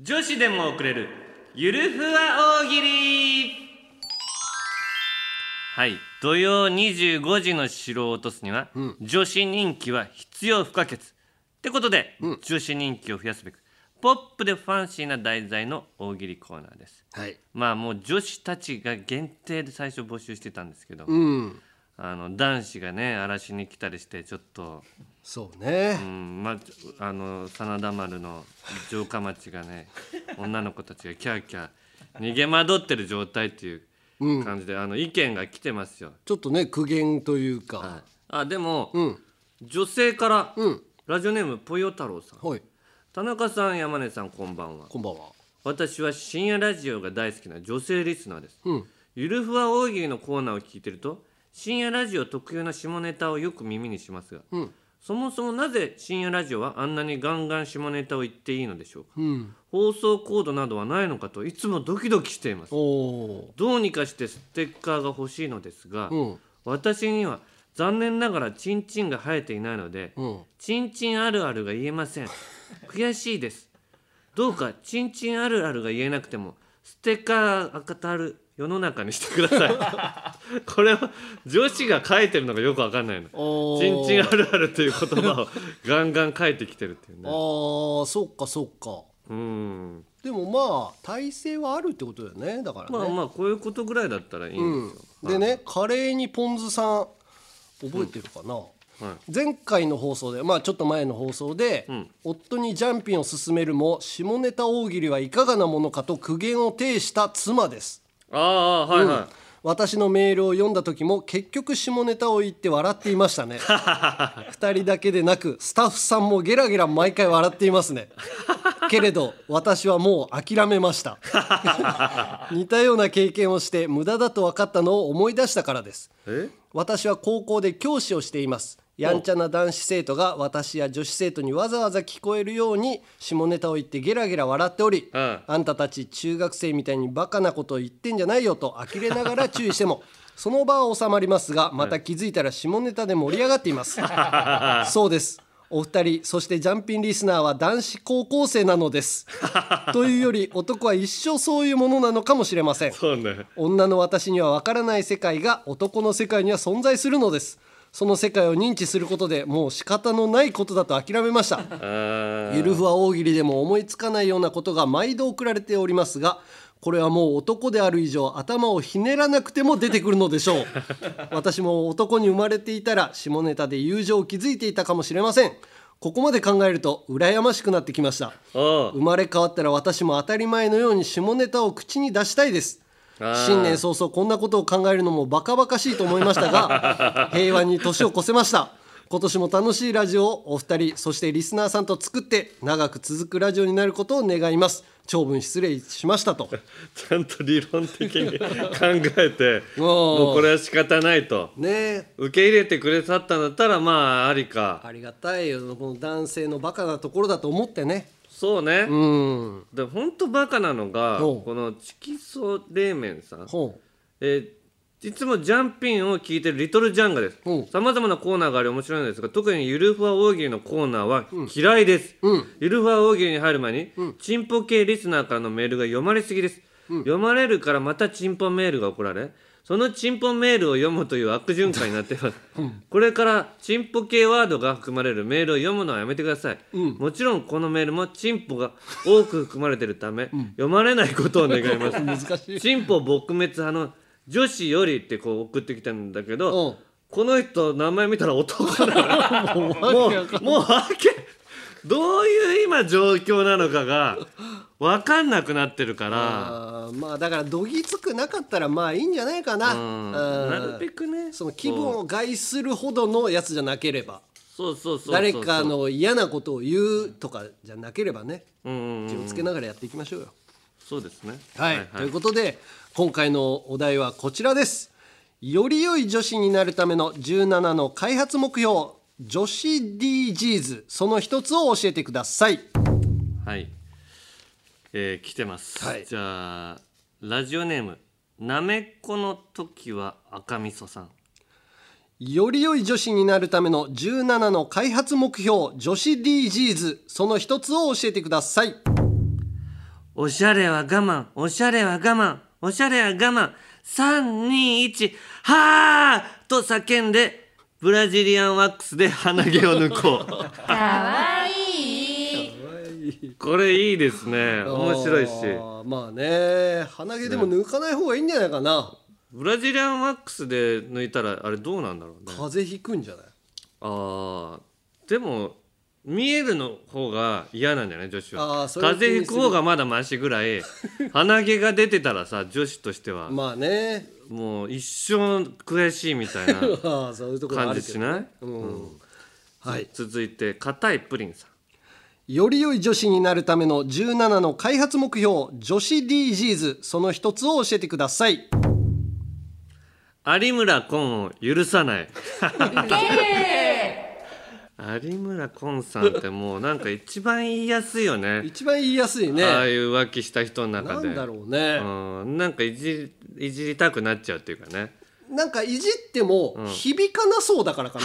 [SPEAKER 1] 女子でも送れるゆるふわ大喜利はい土曜25時の城を落とすには、女子人気は必要不可欠ってことで、女子人気を増やすべくポップでファンシーな題材の大喜利コーナーです
[SPEAKER 2] はい
[SPEAKER 1] まあもう女子たちが限定で最初募集してたんですけど、
[SPEAKER 2] うん
[SPEAKER 1] あの男子がね荒らしに来たりしてちょっと、
[SPEAKER 2] そうね
[SPEAKER 1] う、んま、あの真田丸の城下町がね 女の子たちがキャーキャー逃げ惑ってる状態っていう感じで、あの意見が来てますよ。
[SPEAKER 2] ちょっとね苦言というか、
[SPEAKER 1] はいあでも、
[SPEAKER 2] ん
[SPEAKER 1] 女性から、
[SPEAKER 2] うん
[SPEAKER 1] ラジオネームぽよ太郎さん
[SPEAKER 2] はい
[SPEAKER 1] 田中さん山根さんこんばんは。
[SPEAKER 2] こんばんは
[SPEAKER 1] 私は深夜ラジオが大好きな女性リスナーです、
[SPEAKER 2] うん
[SPEAKER 1] ゆるふわ大喜利のコーナーを聞いてると深夜ラジオ特有の下ネタをよく耳にしますが、
[SPEAKER 2] ん
[SPEAKER 1] そもそもなぜ深夜ラジオはあんなにガンガン下ネタを言っていいのでしょうか、
[SPEAKER 2] うん
[SPEAKER 1] 放送コードなどはないのかといつもドキドキしています
[SPEAKER 2] おお
[SPEAKER 1] どうにかしてステッカーが欲しいのですが、
[SPEAKER 2] うん
[SPEAKER 1] 私には残念ながらチンチンが生えていないので、
[SPEAKER 2] うん
[SPEAKER 1] チンチンあるあるが言えません悔しいですどうかチンチンあるあるが言えなくてもステッカーが語る世の中にしてくださ いこれは女子が書いてるのがよくわかんないの
[SPEAKER 2] おー
[SPEAKER 1] チンチンあるあるという言葉をガンガン書いてきてるっていう
[SPEAKER 2] あ
[SPEAKER 1] ね
[SPEAKER 2] ーそっかそっか
[SPEAKER 1] うん
[SPEAKER 2] でもまあ体勢はあるってことだよねだからね、
[SPEAKER 1] まあまあこういうことぐらいだったらいいんですよ、
[SPEAKER 2] うん、でねカレーにポン酢さん覚えてるかな、
[SPEAKER 1] はい
[SPEAKER 2] 前回の放送でまあちょっと前の放送で、
[SPEAKER 1] ん
[SPEAKER 2] 夫にジャンピンを勧めるも下ネタ大喜利はいかがなものかと苦言を呈した妻です、
[SPEAKER 1] ああはいはい、
[SPEAKER 2] 私のメールを読んだ時も結局下ネタを言って笑っていまし たね二人だけでなくスタッフさんもゲラゲラ毎回笑っていま すねけれど私はもう諦めました 似たような経験をして無駄だと分かったのを思い出したからです
[SPEAKER 1] え
[SPEAKER 2] 私は高校で教師をしていますやんちゃな男子生徒が私や女子生徒にわざわざ聞こえるように下ネタを言ってゲラゲラ笑っており、
[SPEAKER 1] うん
[SPEAKER 2] あんたたち中学生みたいにバカなことを言ってんじゃないよと呆れながら注意しても その場は収まりますがまた気づいたら下ネタで盛り上がっています そうですお二人そしてジャンピンリスナーは男子高校生なのです というより男は一生そういうものなのかもしれません
[SPEAKER 1] そうね
[SPEAKER 2] 女の私には分からない世界が男の世界には存在するのですその世界を認知することでもう仕方のないことだと諦めました
[SPEAKER 1] あー
[SPEAKER 2] ゆるふわ大喜利でも思いつかないようなことが毎度送られておりますがこれはもう男である以上頭をひねらなくても出てくるのでしょう私も男に生まれていたら下ネタで友情を築いていたかもしれませんここまで考えると羨ましくなってきました
[SPEAKER 1] お
[SPEAKER 2] 生
[SPEAKER 1] う
[SPEAKER 2] まれ変わったら私も当たり前のように下ネタを口に出したいです
[SPEAKER 1] あー
[SPEAKER 2] 新年早々こんなことを考えるのもバカバカしいと思いました が平和に年を越せました今年も楽しいラジオをお二人そしてリスナーさんと作って長く続くラジオになることを願います長文失礼しま したと
[SPEAKER 1] ちゃんと理論的に考えて
[SPEAKER 2] おう
[SPEAKER 1] もうこれは仕方ないと
[SPEAKER 2] ねえ
[SPEAKER 1] 受け入れてくれたったんだったらまあありか
[SPEAKER 2] ありがたいよこの男性のバカなところだと思ってね
[SPEAKER 1] そうね、
[SPEAKER 2] うん
[SPEAKER 1] で本当バカなのが
[SPEAKER 2] おう
[SPEAKER 1] このチキソ冷麺さん
[SPEAKER 2] ほ
[SPEAKER 1] えーいつもジャンピンを聞いてるリトルジャンガです
[SPEAKER 2] うん
[SPEAKER 1] さまざまなコーナーがあり面白いのですが特にゆるふわ大喜利のコーナーは嫌いです、
[SPEAKER 2] うん
[SPEAKER 1] ゆるふわ大喜利に入る前に、チンポ系リスナーからのメールが読まれすぎです、読まれるからまたチンポメールが送られそのチンポメールを読むという悪循環になってい ます、これからチンポ系ワードが含まれるメールを読むのはやめてください、もちろんこのメールもチンポが多く含まれているため、読まれないことを願います
[SPEAKER 2] 難しい
[SPEAKER 1] 進歩撲滅派の女子よりってこう送ってきたんだけ
[SPEAKER 2] うん
[SPEAKER 1] どこの人名前見たら男だからもうもうわけどういう今状況なのかが分かんなくなってるから
[SPEAKER 2] あーまあだからどぎつくなかったらまあいいんじゃないかな、
[SPEAKER 1] うん
[SPEAKER 2] うん
[SPEAKER 1] なるべくね
[SPEAKER 2] その気分を害するほどのやつじゃなければ
[SPEAKER 1] そうそうそうそう
[SPEAKER 2] 誰かの嫌なことを言うとかじゃなければね
[SPEAKER 1] うんうんうん
[SPEAKER 2] 気をつけながらやっていきましょうよ。
[SPEAKER 1] そうですね
[SPEAKER 2] はい、ということで今回のお題はこちらです。より良い女子になるための17の開発目標女子 DGs その一つを教えてください。
[SPEAKER 1] はい。えー、来てます。
[SPEAKER 2] はい
[SPEAKER 1] じゃあラジオネームなめっこの時は赤味噌さん。
[SPEAKER 2] より良い女子になるための17の開発目標女子 DGs その一つを教えてください。
[SPEAKER 1] おしゃれは我慢、おしゃれは我慢、おしゃれは我慢、3、2、1、はーと叫んで、ブラジリアンワックスで鼻毛を抜こ う。かわいい。これいいですね。面白いし。
[SPEAKER 2] あーまあね鼻毛でも抜かない方がいいんじゃないかな、
[SPEAKER 1] ブラジリアンワックスで抜いたら、あれどうなんだろうね。
[SPEAKER 2] 風邪ひくんじゃない
[SPEAKER 1] あーでも見えるの方が嫌なんじゃない女子
[SPEAKER 2] あー
[SPEAKER 1] は
[SPEAKER 2] それを
[SPEAKER 1] 風
[SPEAKER 2] 気にす
[SPEAKER 1] 邪
[SPEAKER 2] る
[SPEAKER 1] ひく方がまだマシぐらい鼻毛が出てたらさ女子としては
[SPEAKER 2] まあね
[SPEAKER 1] もう一生悔しいみたい な
[SPEAKER 2] あーそういうところあ
[SPEAKER 1] 感
[SPEAKER 2] る
[SPEAKER 1] じ
[SPEAKER 2] け
[SPEAKER 1] し
[SPEAKER 2] ど、ね、
[SPEAKER 1] ない
[SPEAKER 2] うんはい
[SPEAKER 1] 続いて硬いプリンさん
[SPEAKER 2] より良い女子になるための17の開発目標女子 DGs その一つを教えてください
[SPEAKER 1] 有村昆を許さない有村昆さんってもうなんか一番言いやすいよね
[SPEAKER 2] 一番言いやすいね
[SPEAKER 1] ああいう浮気した人の
[SPEAKER 2] な
[SPEAKER 1] 中で
[SPEAKER 2] んだろうね、
[SPEAKER 1] うんなんかいじいじりたくなっちゃうっていうかね
[SPEAKER 2] なんかいじっても響かなそうだからか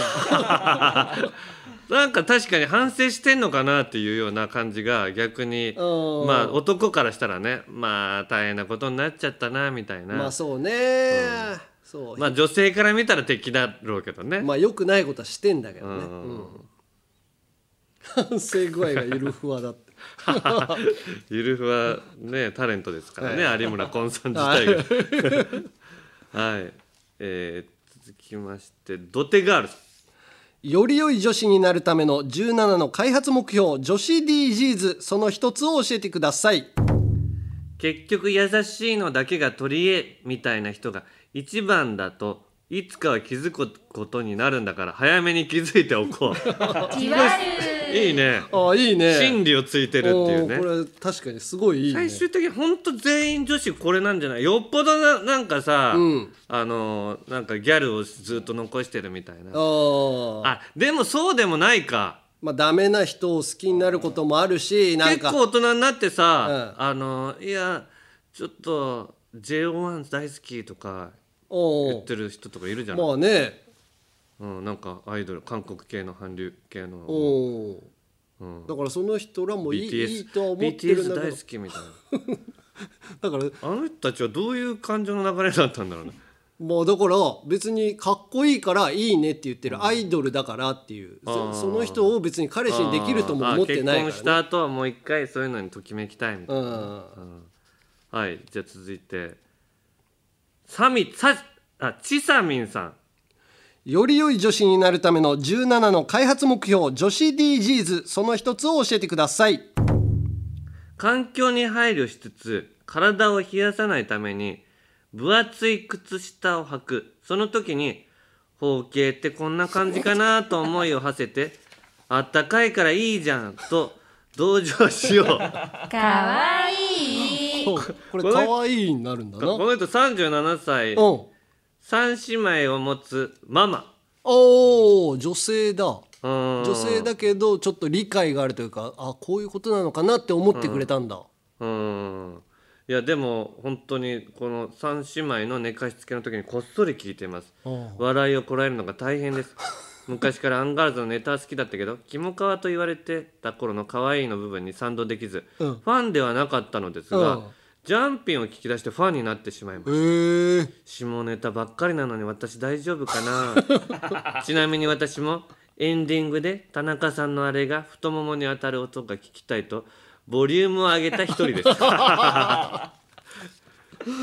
[SPEAKER 2] な、
[SPEAKER 1] なんか確かに反省してんのかなっていうような感じが逆に
[SPEAKER 2] うん
[SPEAKER 1] まあ男からしたらねまあ大変なことになっちゃったなみたいな、
[SPEAKER 2] ま
[SPEAKER 1] ま
[SPEAKER 2] あ
[SPEAKER 1] あ、
[SPEAKER 2] そうね、そう、ま
[SPEAKER 1] 女性から見たら敵だろうけどね、
[SPEAKER 2] あ、良くないことはしてんだけどね、
[SPEAKER 1] う
[SPEAKER 2] うんん 反省具合がゆるふわだって
[SPEAKER 1] ゆるふわねタレントですからね、
[SPEAKER 2] は
[SPEAKER 1] 有村昆さん自体がはいえー続きましてドテガールさん
[SPEAKER 2] より良い女子になるための17の開発目標女子 DGs その一つを教えてください
[SPEAKER 1] 結局優しいのだけが取り柄みたいな人が一番だといつかは気づくことになるんだから早めに気づいておこういいね
[SPEAKER 2] ああいいね
[SPEAKER 1] 真理をついてるっていうね
[SPEAKER 2] おーこれ確かにすごいいい
[SPEAKER 1] 最
[SPEAKER 2] ね
[SPEAKER 1] 終的に本当全員女子これなんじゃないよっぽどななんかさ、
[SPEAKER 2] うん
[SPEAKER 1] あのーなんかギャルをずっと残してるみたいな
[SPEAKER 2] ああ
[SPEAKER 1] あでもそうでもないか
[SPEAKER 2] まあダメな人を好きになることもあるしなん
[SPEAKER 1] 結
[SPEAKER 2] か
[SPEAKER 1] 構大人になってさ、
[SPEAKER 2] う
[SPEAKER 1] あのーいやちょっと JO1 大好きとか
[SPEAKER 2] お
[SPEAKER 1] 言っ
[SPEAKER 2] ー
[SPEAKER 1] てる人とかいるじゃない、
[SPEAKER 2] まあね
[SPEAKER 1] うん、なんかアイドル韓国系の韓流系
[SPEAKER 2] お
[SPEAKER 1] の
[SPEAKER 2] お、だからその人らもいい,、いい
[SPEAKER 1] BTS
[SPEAKER 2] とは思ってるん
[SPEAKER 1] BTS
[SPEAKER 2] だけ
[SPEAKER 1] 大
[SPEAKER 2] ど
[SPEAKER 1] 好きみたいな
[SPEAKER 2] だから
[SPEAKER 1] あの人たちはどういう感情の流れだったん だろうね
[SPEAKER 2] もうだから別にかっこいいからいいねって言ってるアイドルだからっていう、そその人を別に彼氏にできるとも思ってない
[SPEAKER 1] あー結婚
[SPEAKER 2] から、
[SPEAKER 1] し
[SPEAKER 2] ね
[SPEAKER 1] た後はもう一回そういうのにときめきたいみたいな、
[SPEAKER 2] うん、
[SPEAKER 1] はいじゃあ続いてサミサあチサミンさん
[SPEAKER 2] より良い女子になるための17の開発目標女子 DGs その一つを教えてください
[SPEAKER 1] 環境に配慮しつつ体を冷やさないために分厚い靴下を履くその時に包茎ってこんな感じかなと思いを馳せてあったかいからいいじゃんと同情しよう
[SPEAKER 10] かわいい
[SPEAKER 2] これ可愛いになるんだな
[SPEAKER 1] こ
[SPEAKER 2] うん
[SPEAKER 1] の人37歳
[SPEAKER 2] お
[SPEAKER 1] 三姉妹を持つママ
[SPEAKER 2] おー女性だ
[SPEAKER 1] 女
[SPEAKER 2] 女性だけどちょっと理解があるというかあこういうことなのかなって思ってくれたんだ、
[SPEAKER 1] うんいやでも本当にこの三姉妹の寝かしつけの時にこっそり聞いています笑いをこらえるのが大変です昔からアンガールズのネタは好きだったけどキモカワと言われてた頃の可愛いの部分に賛同できず、
[SPEAKER 2] うん
[SPEAKER 1] ファンではなかったのですが、
[SPEAKER 2] うん
[SPEAKER 1] ジャンピンを聞き出してファンになってしまいました
[SPEAKER 2] へえ
[SPEAKER 1] 下ネタばっかりなのに私大丈夫かなちなみに私もエンディングで田中さんのあれが太ももに当たる音が聞きたいとボリュームを上げた一人です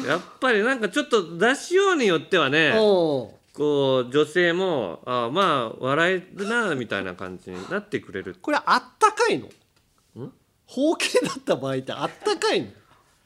[SPEAKER 1] やっぱりなんかちょっと出しようによってはね
[SPEAKER 2] お
[SPEAKER 1] こう女性もあまあ笑えるなみたいな感じになってくれる
[SPEAKER 2] これあったかいの包茎だった場合ってあったかいの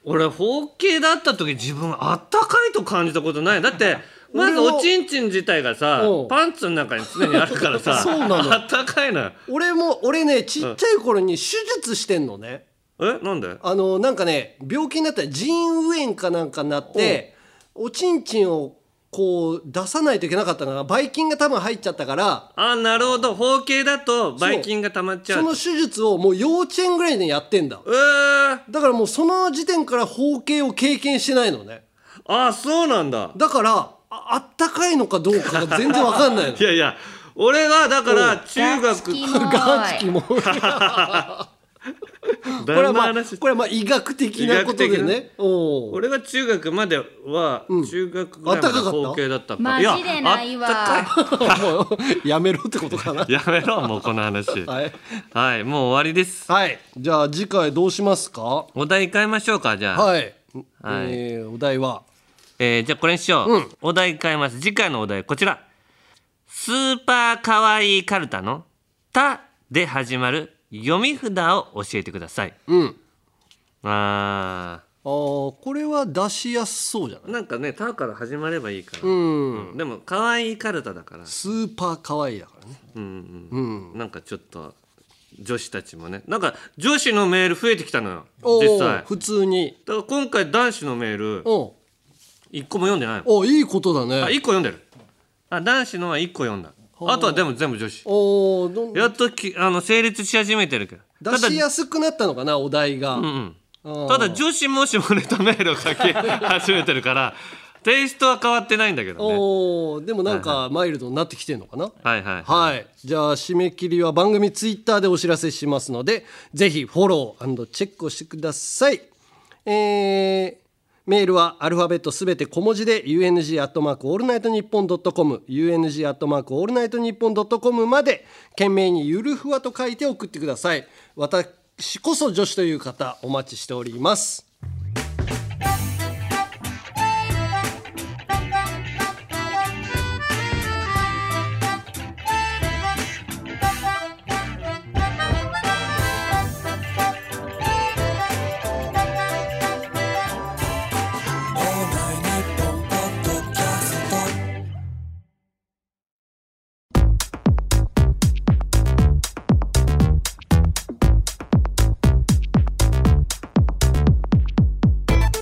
[SPEAKER 1] 俺包茎だった時自分あったかいと感じたことないだってまず
[SPEAKER 2] 俺も
[SPEAKER 1] おちんちん自体がさ
[SPEAKER 2] うん
[SPEAKER 1] パンツの中に常にあるからさ
[SPEAKER 2] そうなの
[SPEAKER 1] あったかいな
[SPEAKER 2] 俺も俺ねちっちゃい頃に手術してんのね、
[SPEAKER 1] えなんで
[SPEAKER 2] あのなんかね病気になったら腎右炎かなんかになっておちんちんをこう出さないといけなかったのがばい菌が多分入っちゃったから
[SPEAKER 1] あなるほど包茎だとばい菌が溜まっちゃ
[SPEAKER 2] そうの
[SPEAKER 1] う
[SPEAKER 2] 手術をもう幼稚園ぐらいでやってんだ
[SPEAKER 1] えー、
[SPEAKER 2] だからもうその時点から包茎を経験してないのね
[SPEAKER 1] あそうなんだ
[SPEAKER 2] だからああったかいのかどうかが全然わかんない の
[SPEAKER 1] いやいや俺はだから中
[SPEAKER 10] ガ
[SPEAKER 1] 学
[SPEAKER 10] チ キモ
[SPEAKER 2] ガチ
[SPEAKER 10] い
[SPEAKER 2] キモいこれ
[SPEAKER 1] だんだ
[SPEAKER 2] は
[SPEAKER 1] ん
[SPEAKER 2] まあ
[SPEAKER 1] 話して
[SPEAKER 2] これはまあ医学的なことで
[SPEAKER 1] 医学
[SPEAKER 2] ねおう
[SPEAKER 1] 俺が中学までは中学ぐらいまで包茎だった
[SPEAKER 10] マ
[SPEAKER 1] いや
[SPEAKER 10] ジでないわ
[SPEAKER 1] あったか
[SPEAKER 2] もう やめろってことかない
[SPEAKER 1] やめろもうこの話
[SPEAKER 2] はい、
[SPEAKER 1] はいもう終わりです
[SPEAKER 2] はい、じゃあ次回どうしますか
[SPEAKER 1] お題変えましょうかじゃあ
[SPEAKER 2] はい、
[SPEAKER 1] はい
[SPEAKER 2] えーお題は
[SPEAKER 1] えーじゃあこれにしよう、お題変えます次回のお題こちらスーパーかわいいカルタの「た」で始まる読み札を教えてください
[SPEAKER 2] うん
[SPEAKER 1] あ
[SPEAKER 2] あーこれは出しやすそうじゃな
[SPEAKER 1] ー
[SPEAKER 2] い
[SPEAKER 1] なんかね「た」から始まればいいから、
[SPEAKER 2] うん、
[SPEAKER 1] でもかわいいカルタだから、
[SPEAKER 2] スーパー可愛いだからね
[SPEAKER 1] うん
[SPEAKER 2] う
[SPEAKER 1] うんん、なんかちょっと女子たちもねなんか女子のメール増えてきたのよ
[SPEAKER 2] お
[SPEAKER 1] 実際
[SPEAKER 2] ー普通に
[SPEAKER 1] だから今回男子のメール
[SPEAKER 2] お
[SPEAKER 1] 一個も読んでないの
[SPEAKER 2] おいいことだ
[SPEAKER 1] あ
[SPEAKER 2] ね
[SPEAKER 1] 一個読んでるあ男子のは一個読んだあとはでも全部女子
[SPEAKER 2] おおどん
[SPEAKER 1] やっときあの成立し始めてるけど
[SPEAKER 2] 出
[SPEAKER 1] た
[SPEAKER 2] しやすくなったのかなお題が、
[SPEAKER 1] だ,、うん
[SPEAKER 2] う
[SPEAKER 1] うんん、ただ女子も下ネタメールを書き始めてるから テイストは変わってないんだけどね
[SPEAKER 2] おおでもなんかマイルドになってきてるのかな、
[SPEAKER 1] はいはい、
[SPEAKER 2] はい。じゃあ、締め切りは番組ツイッターでお知らせしますので、ぜひフォローチェックをしてください。えーメールはアルファベットすべて小文字で UNG アットマークオールナイトニッポンドットコム UNG アットマークオールナイトニッポンドットコムまで懸命にゆるふわと書いて送ってください私こそ女子という方お待ちしております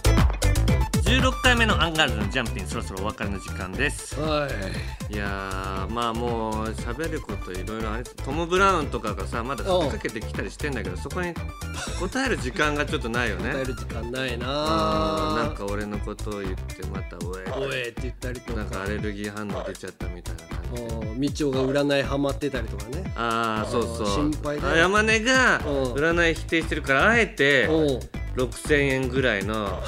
[SPEAKER 1] 16回目のアンガールズのジャンピンそろそろお別れの時間です
[SPEAKER 2] はい
[SPEAKER 1] いやーまあもう喋ることいろいろあれトム・ブラウンとかがさまだ
[SPEAKER 2] おう
[SPEAKER 1] 立てかけてきたりしてんだけどそこに答える時間がちょっとないよね
[SPEAKER 2] 答える時間な
[SPEAKER 1] う
[SPEAKER 2] いな
[SPEAKER 1] んなん
[SPEAKER 2] あ
[SPEAKER 1] か俺のことを言ってまたおえ
[SPEAKER 2] おえって言ったりと
[SPEAKER 1] な
[SPEAKER 2] か
[SPEAKER 1] んかアレルギー反応出ちゃったみたいな感じ
[SPEAKER 2] うんみちおが占いハマってたりとかね
[SPEAKER 1] ああそうそう
[SPEAKER 2] 心配だよ
[SPEAKER 1] あ山根が
[SPEAKER 2] うん
[SPEAKER 1] 占い否定してるからあえて
[SPEAKER 2] おう
[SPEAKER 1] 6,000円ぐらいの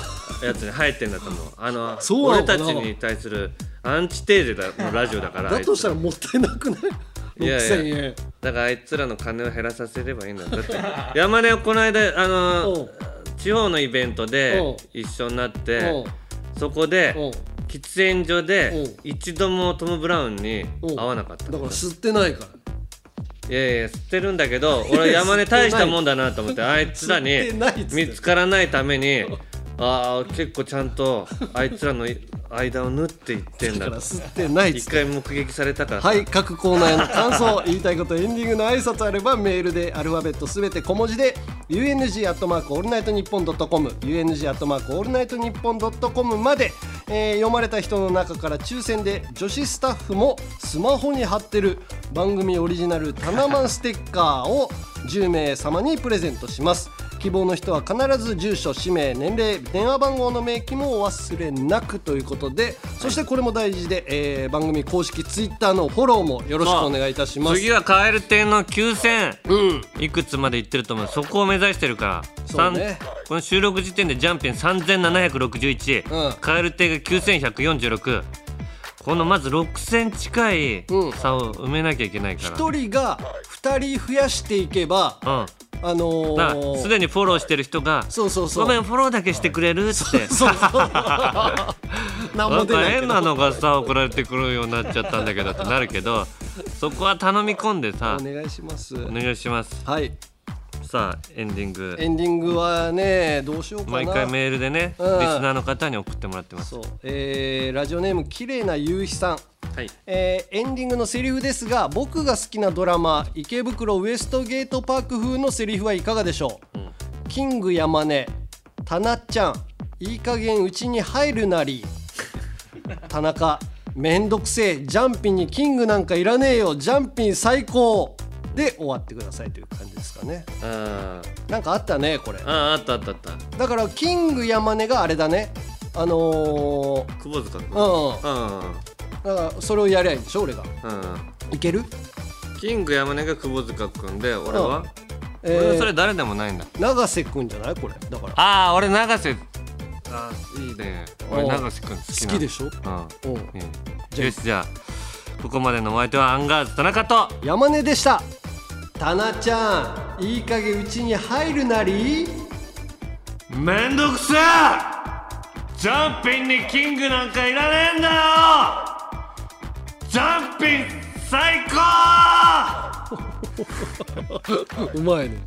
[SPEAKER 1] やつに入ってんだと 思うあの
[SPEAKER 2] そうな
[SPEAKER 1] 俺
[SPEAKER 2] のか
[SPEAKER 1] た
[SPEAKER 2] な
[SPEAKER 1] ちに対するアンチテーゼだのラジオだから
[SPEAKER 2] だとしたら
[SPEAKER 1] あい
[SPEAKER 2] もったいなくない
[SPEAKER 1] いやいや
[SPEAKER 2] 6000円
[SPEAKER 1] つだからあいつらの金を減らさせればいいんだだって山根をこの間あの
[SPEAKER 2] おう
[SPEAKER 1] 地方のイベントで
[SPEAKER 2] おう
[SPEAKER 1] 一緒になっ
[SPEAKER 2] お
[SPEAKER 1] て
[SPEAKER 2] う
[SPEAKER 1] そこで
[SPEAKER 2] おう
[SPEAKER 1] 「喫煙所で一度もトム・ブラウンに会わなかった
[SPEAKER 2] だから吸ってないから
[SPEAKER 1] いやいや吸ってるんだけ ど俺山根大したもんだなと思ってあいつらに見つからないためにああ結構ちゃんとあいつらの間を縫っていってんだ
[SPEAKER 2] だから吸ってないっつ
[SPEAKER 1] 一回目撃されたからさ
[SPEAKER 2] はい各コーナーへの感想言いたいことエンディングの挨拶あればメールでアルファベットすべて小文字で UNG アットマークオールナイトニッポンドットコム UNG アットマークオールナイトニッポンドットコムまで、えー読まれた人の中から抽選で女子スタッフもスマホに貼ってる番組オリジナルタナマンステッカーを10名様にプレゼントします希望の人は必ず住所氏名年齢電話番号の明記もお忘れなくということでそしてこれも大事で、えー番組公式ツイッターのフォローもよろしくお願いいたします
[SPEAKER 1] 次はカエル亭の9000、いくつまでいってると思うそこを目指してるから
[SPEAKER 2] そうね
[SPEAKER 1] 三この収録時点でジャンピン3761、カエル亭が9146このまず6000近い差を埋めなきゃいけないから、
[SPEAKER 2] 一人が二人増やしていけば
[SPEAKER 1] うん
[SPEAKER 2] あのー
[SPEAKER 1] だからすでにフォローしてる人が
[SPEAKER 2] そうそうそう
[SPEAKER 1] ごめんフォローだけしてくれるって
[SPEAKER 2] そうそう何
[SPEAKER 1] な
[SPEAKER 2] も
[SPEAKER 1] ん
[SPEAKER 2] 出
[SPEAKER 1] か
[SPEAKER 2] ないけ
[SPEAKER 1] 変
[SPEAKER 2] ど
[SPEAKER 1] なのがさ送られてくるようになっちゃったんだけどってなるけどそこは頼み込んでさ
[SPEAKER 2] お願いします
[SPEAKER 1] お願いします
[SPEAKER 2] はい
[SPEAKER 1] さあエンディング
[SPEAKER 2] エンディングはねどうしようかな
[SPEAKER 1] 毎回メールでね、
[SPEAKER 2] うん
[SPEAKER 1] リスナーの方に送ってもらってます
[SPEAKER 2] そう、えーラジオネーム綺麗な夕日さん、
[SPEAKER 1] はい
[SPEAKER 2] えーエンディングのセリフですが僕が好きなドラマ「池袋ウエストゲートパーク風」のセリフはいかがでしょう、キング山根たなっちゃんいい加減うちに入るなり田中めんどくせえジャンピンにキングなんかいらねえよジャンピン最高で終わってくださいという感じですかね
[SPEAKER 1] あ
[SPEAKER 2] なんかあったねこれ
[SPEAKER 1] ああったあったあった
[SPEAKER 2] だからキング山根があれだねあのー
[SPEAKER 1] 久保塚君
[SPEAKER 2] うんうん
[SPEAKER 1] う
[SPEAKER 2] だからそれをやりゃいいんでしょ俺が
[SPEAKER 1] んうん
[SPEAKER 2] いける
[SPEAKER 1] キング山根が久保塚君で俺は、
[SPEAKER 2] うんえー
[SPEAKER 1] 俺はそれ誰でもないんだ
[SPEAKER 2] 永瀬くんじゃないこれだから
[SPEAKER 1] ああ俺永瀬あーいいね俺
[SPEAKER 2] うん
[SPEAKER 1] 永瀬君好きな
[SPEAKER 2] 好きでしょ
[SPEAKER 1] う
[SPEAKER 2] うん
[SPEAKER 1] ん、いいねよしじゃあここまでのお相手はアンガールズ田中と
[SPEAKER 2] 山根でしたたなちゃんいい加減うちに入るなり
[SPEAKER 1] めんどくせえジャンピンにキングなんかいらねえんだよジャンピン最高
[SPEAKER 2] うまいね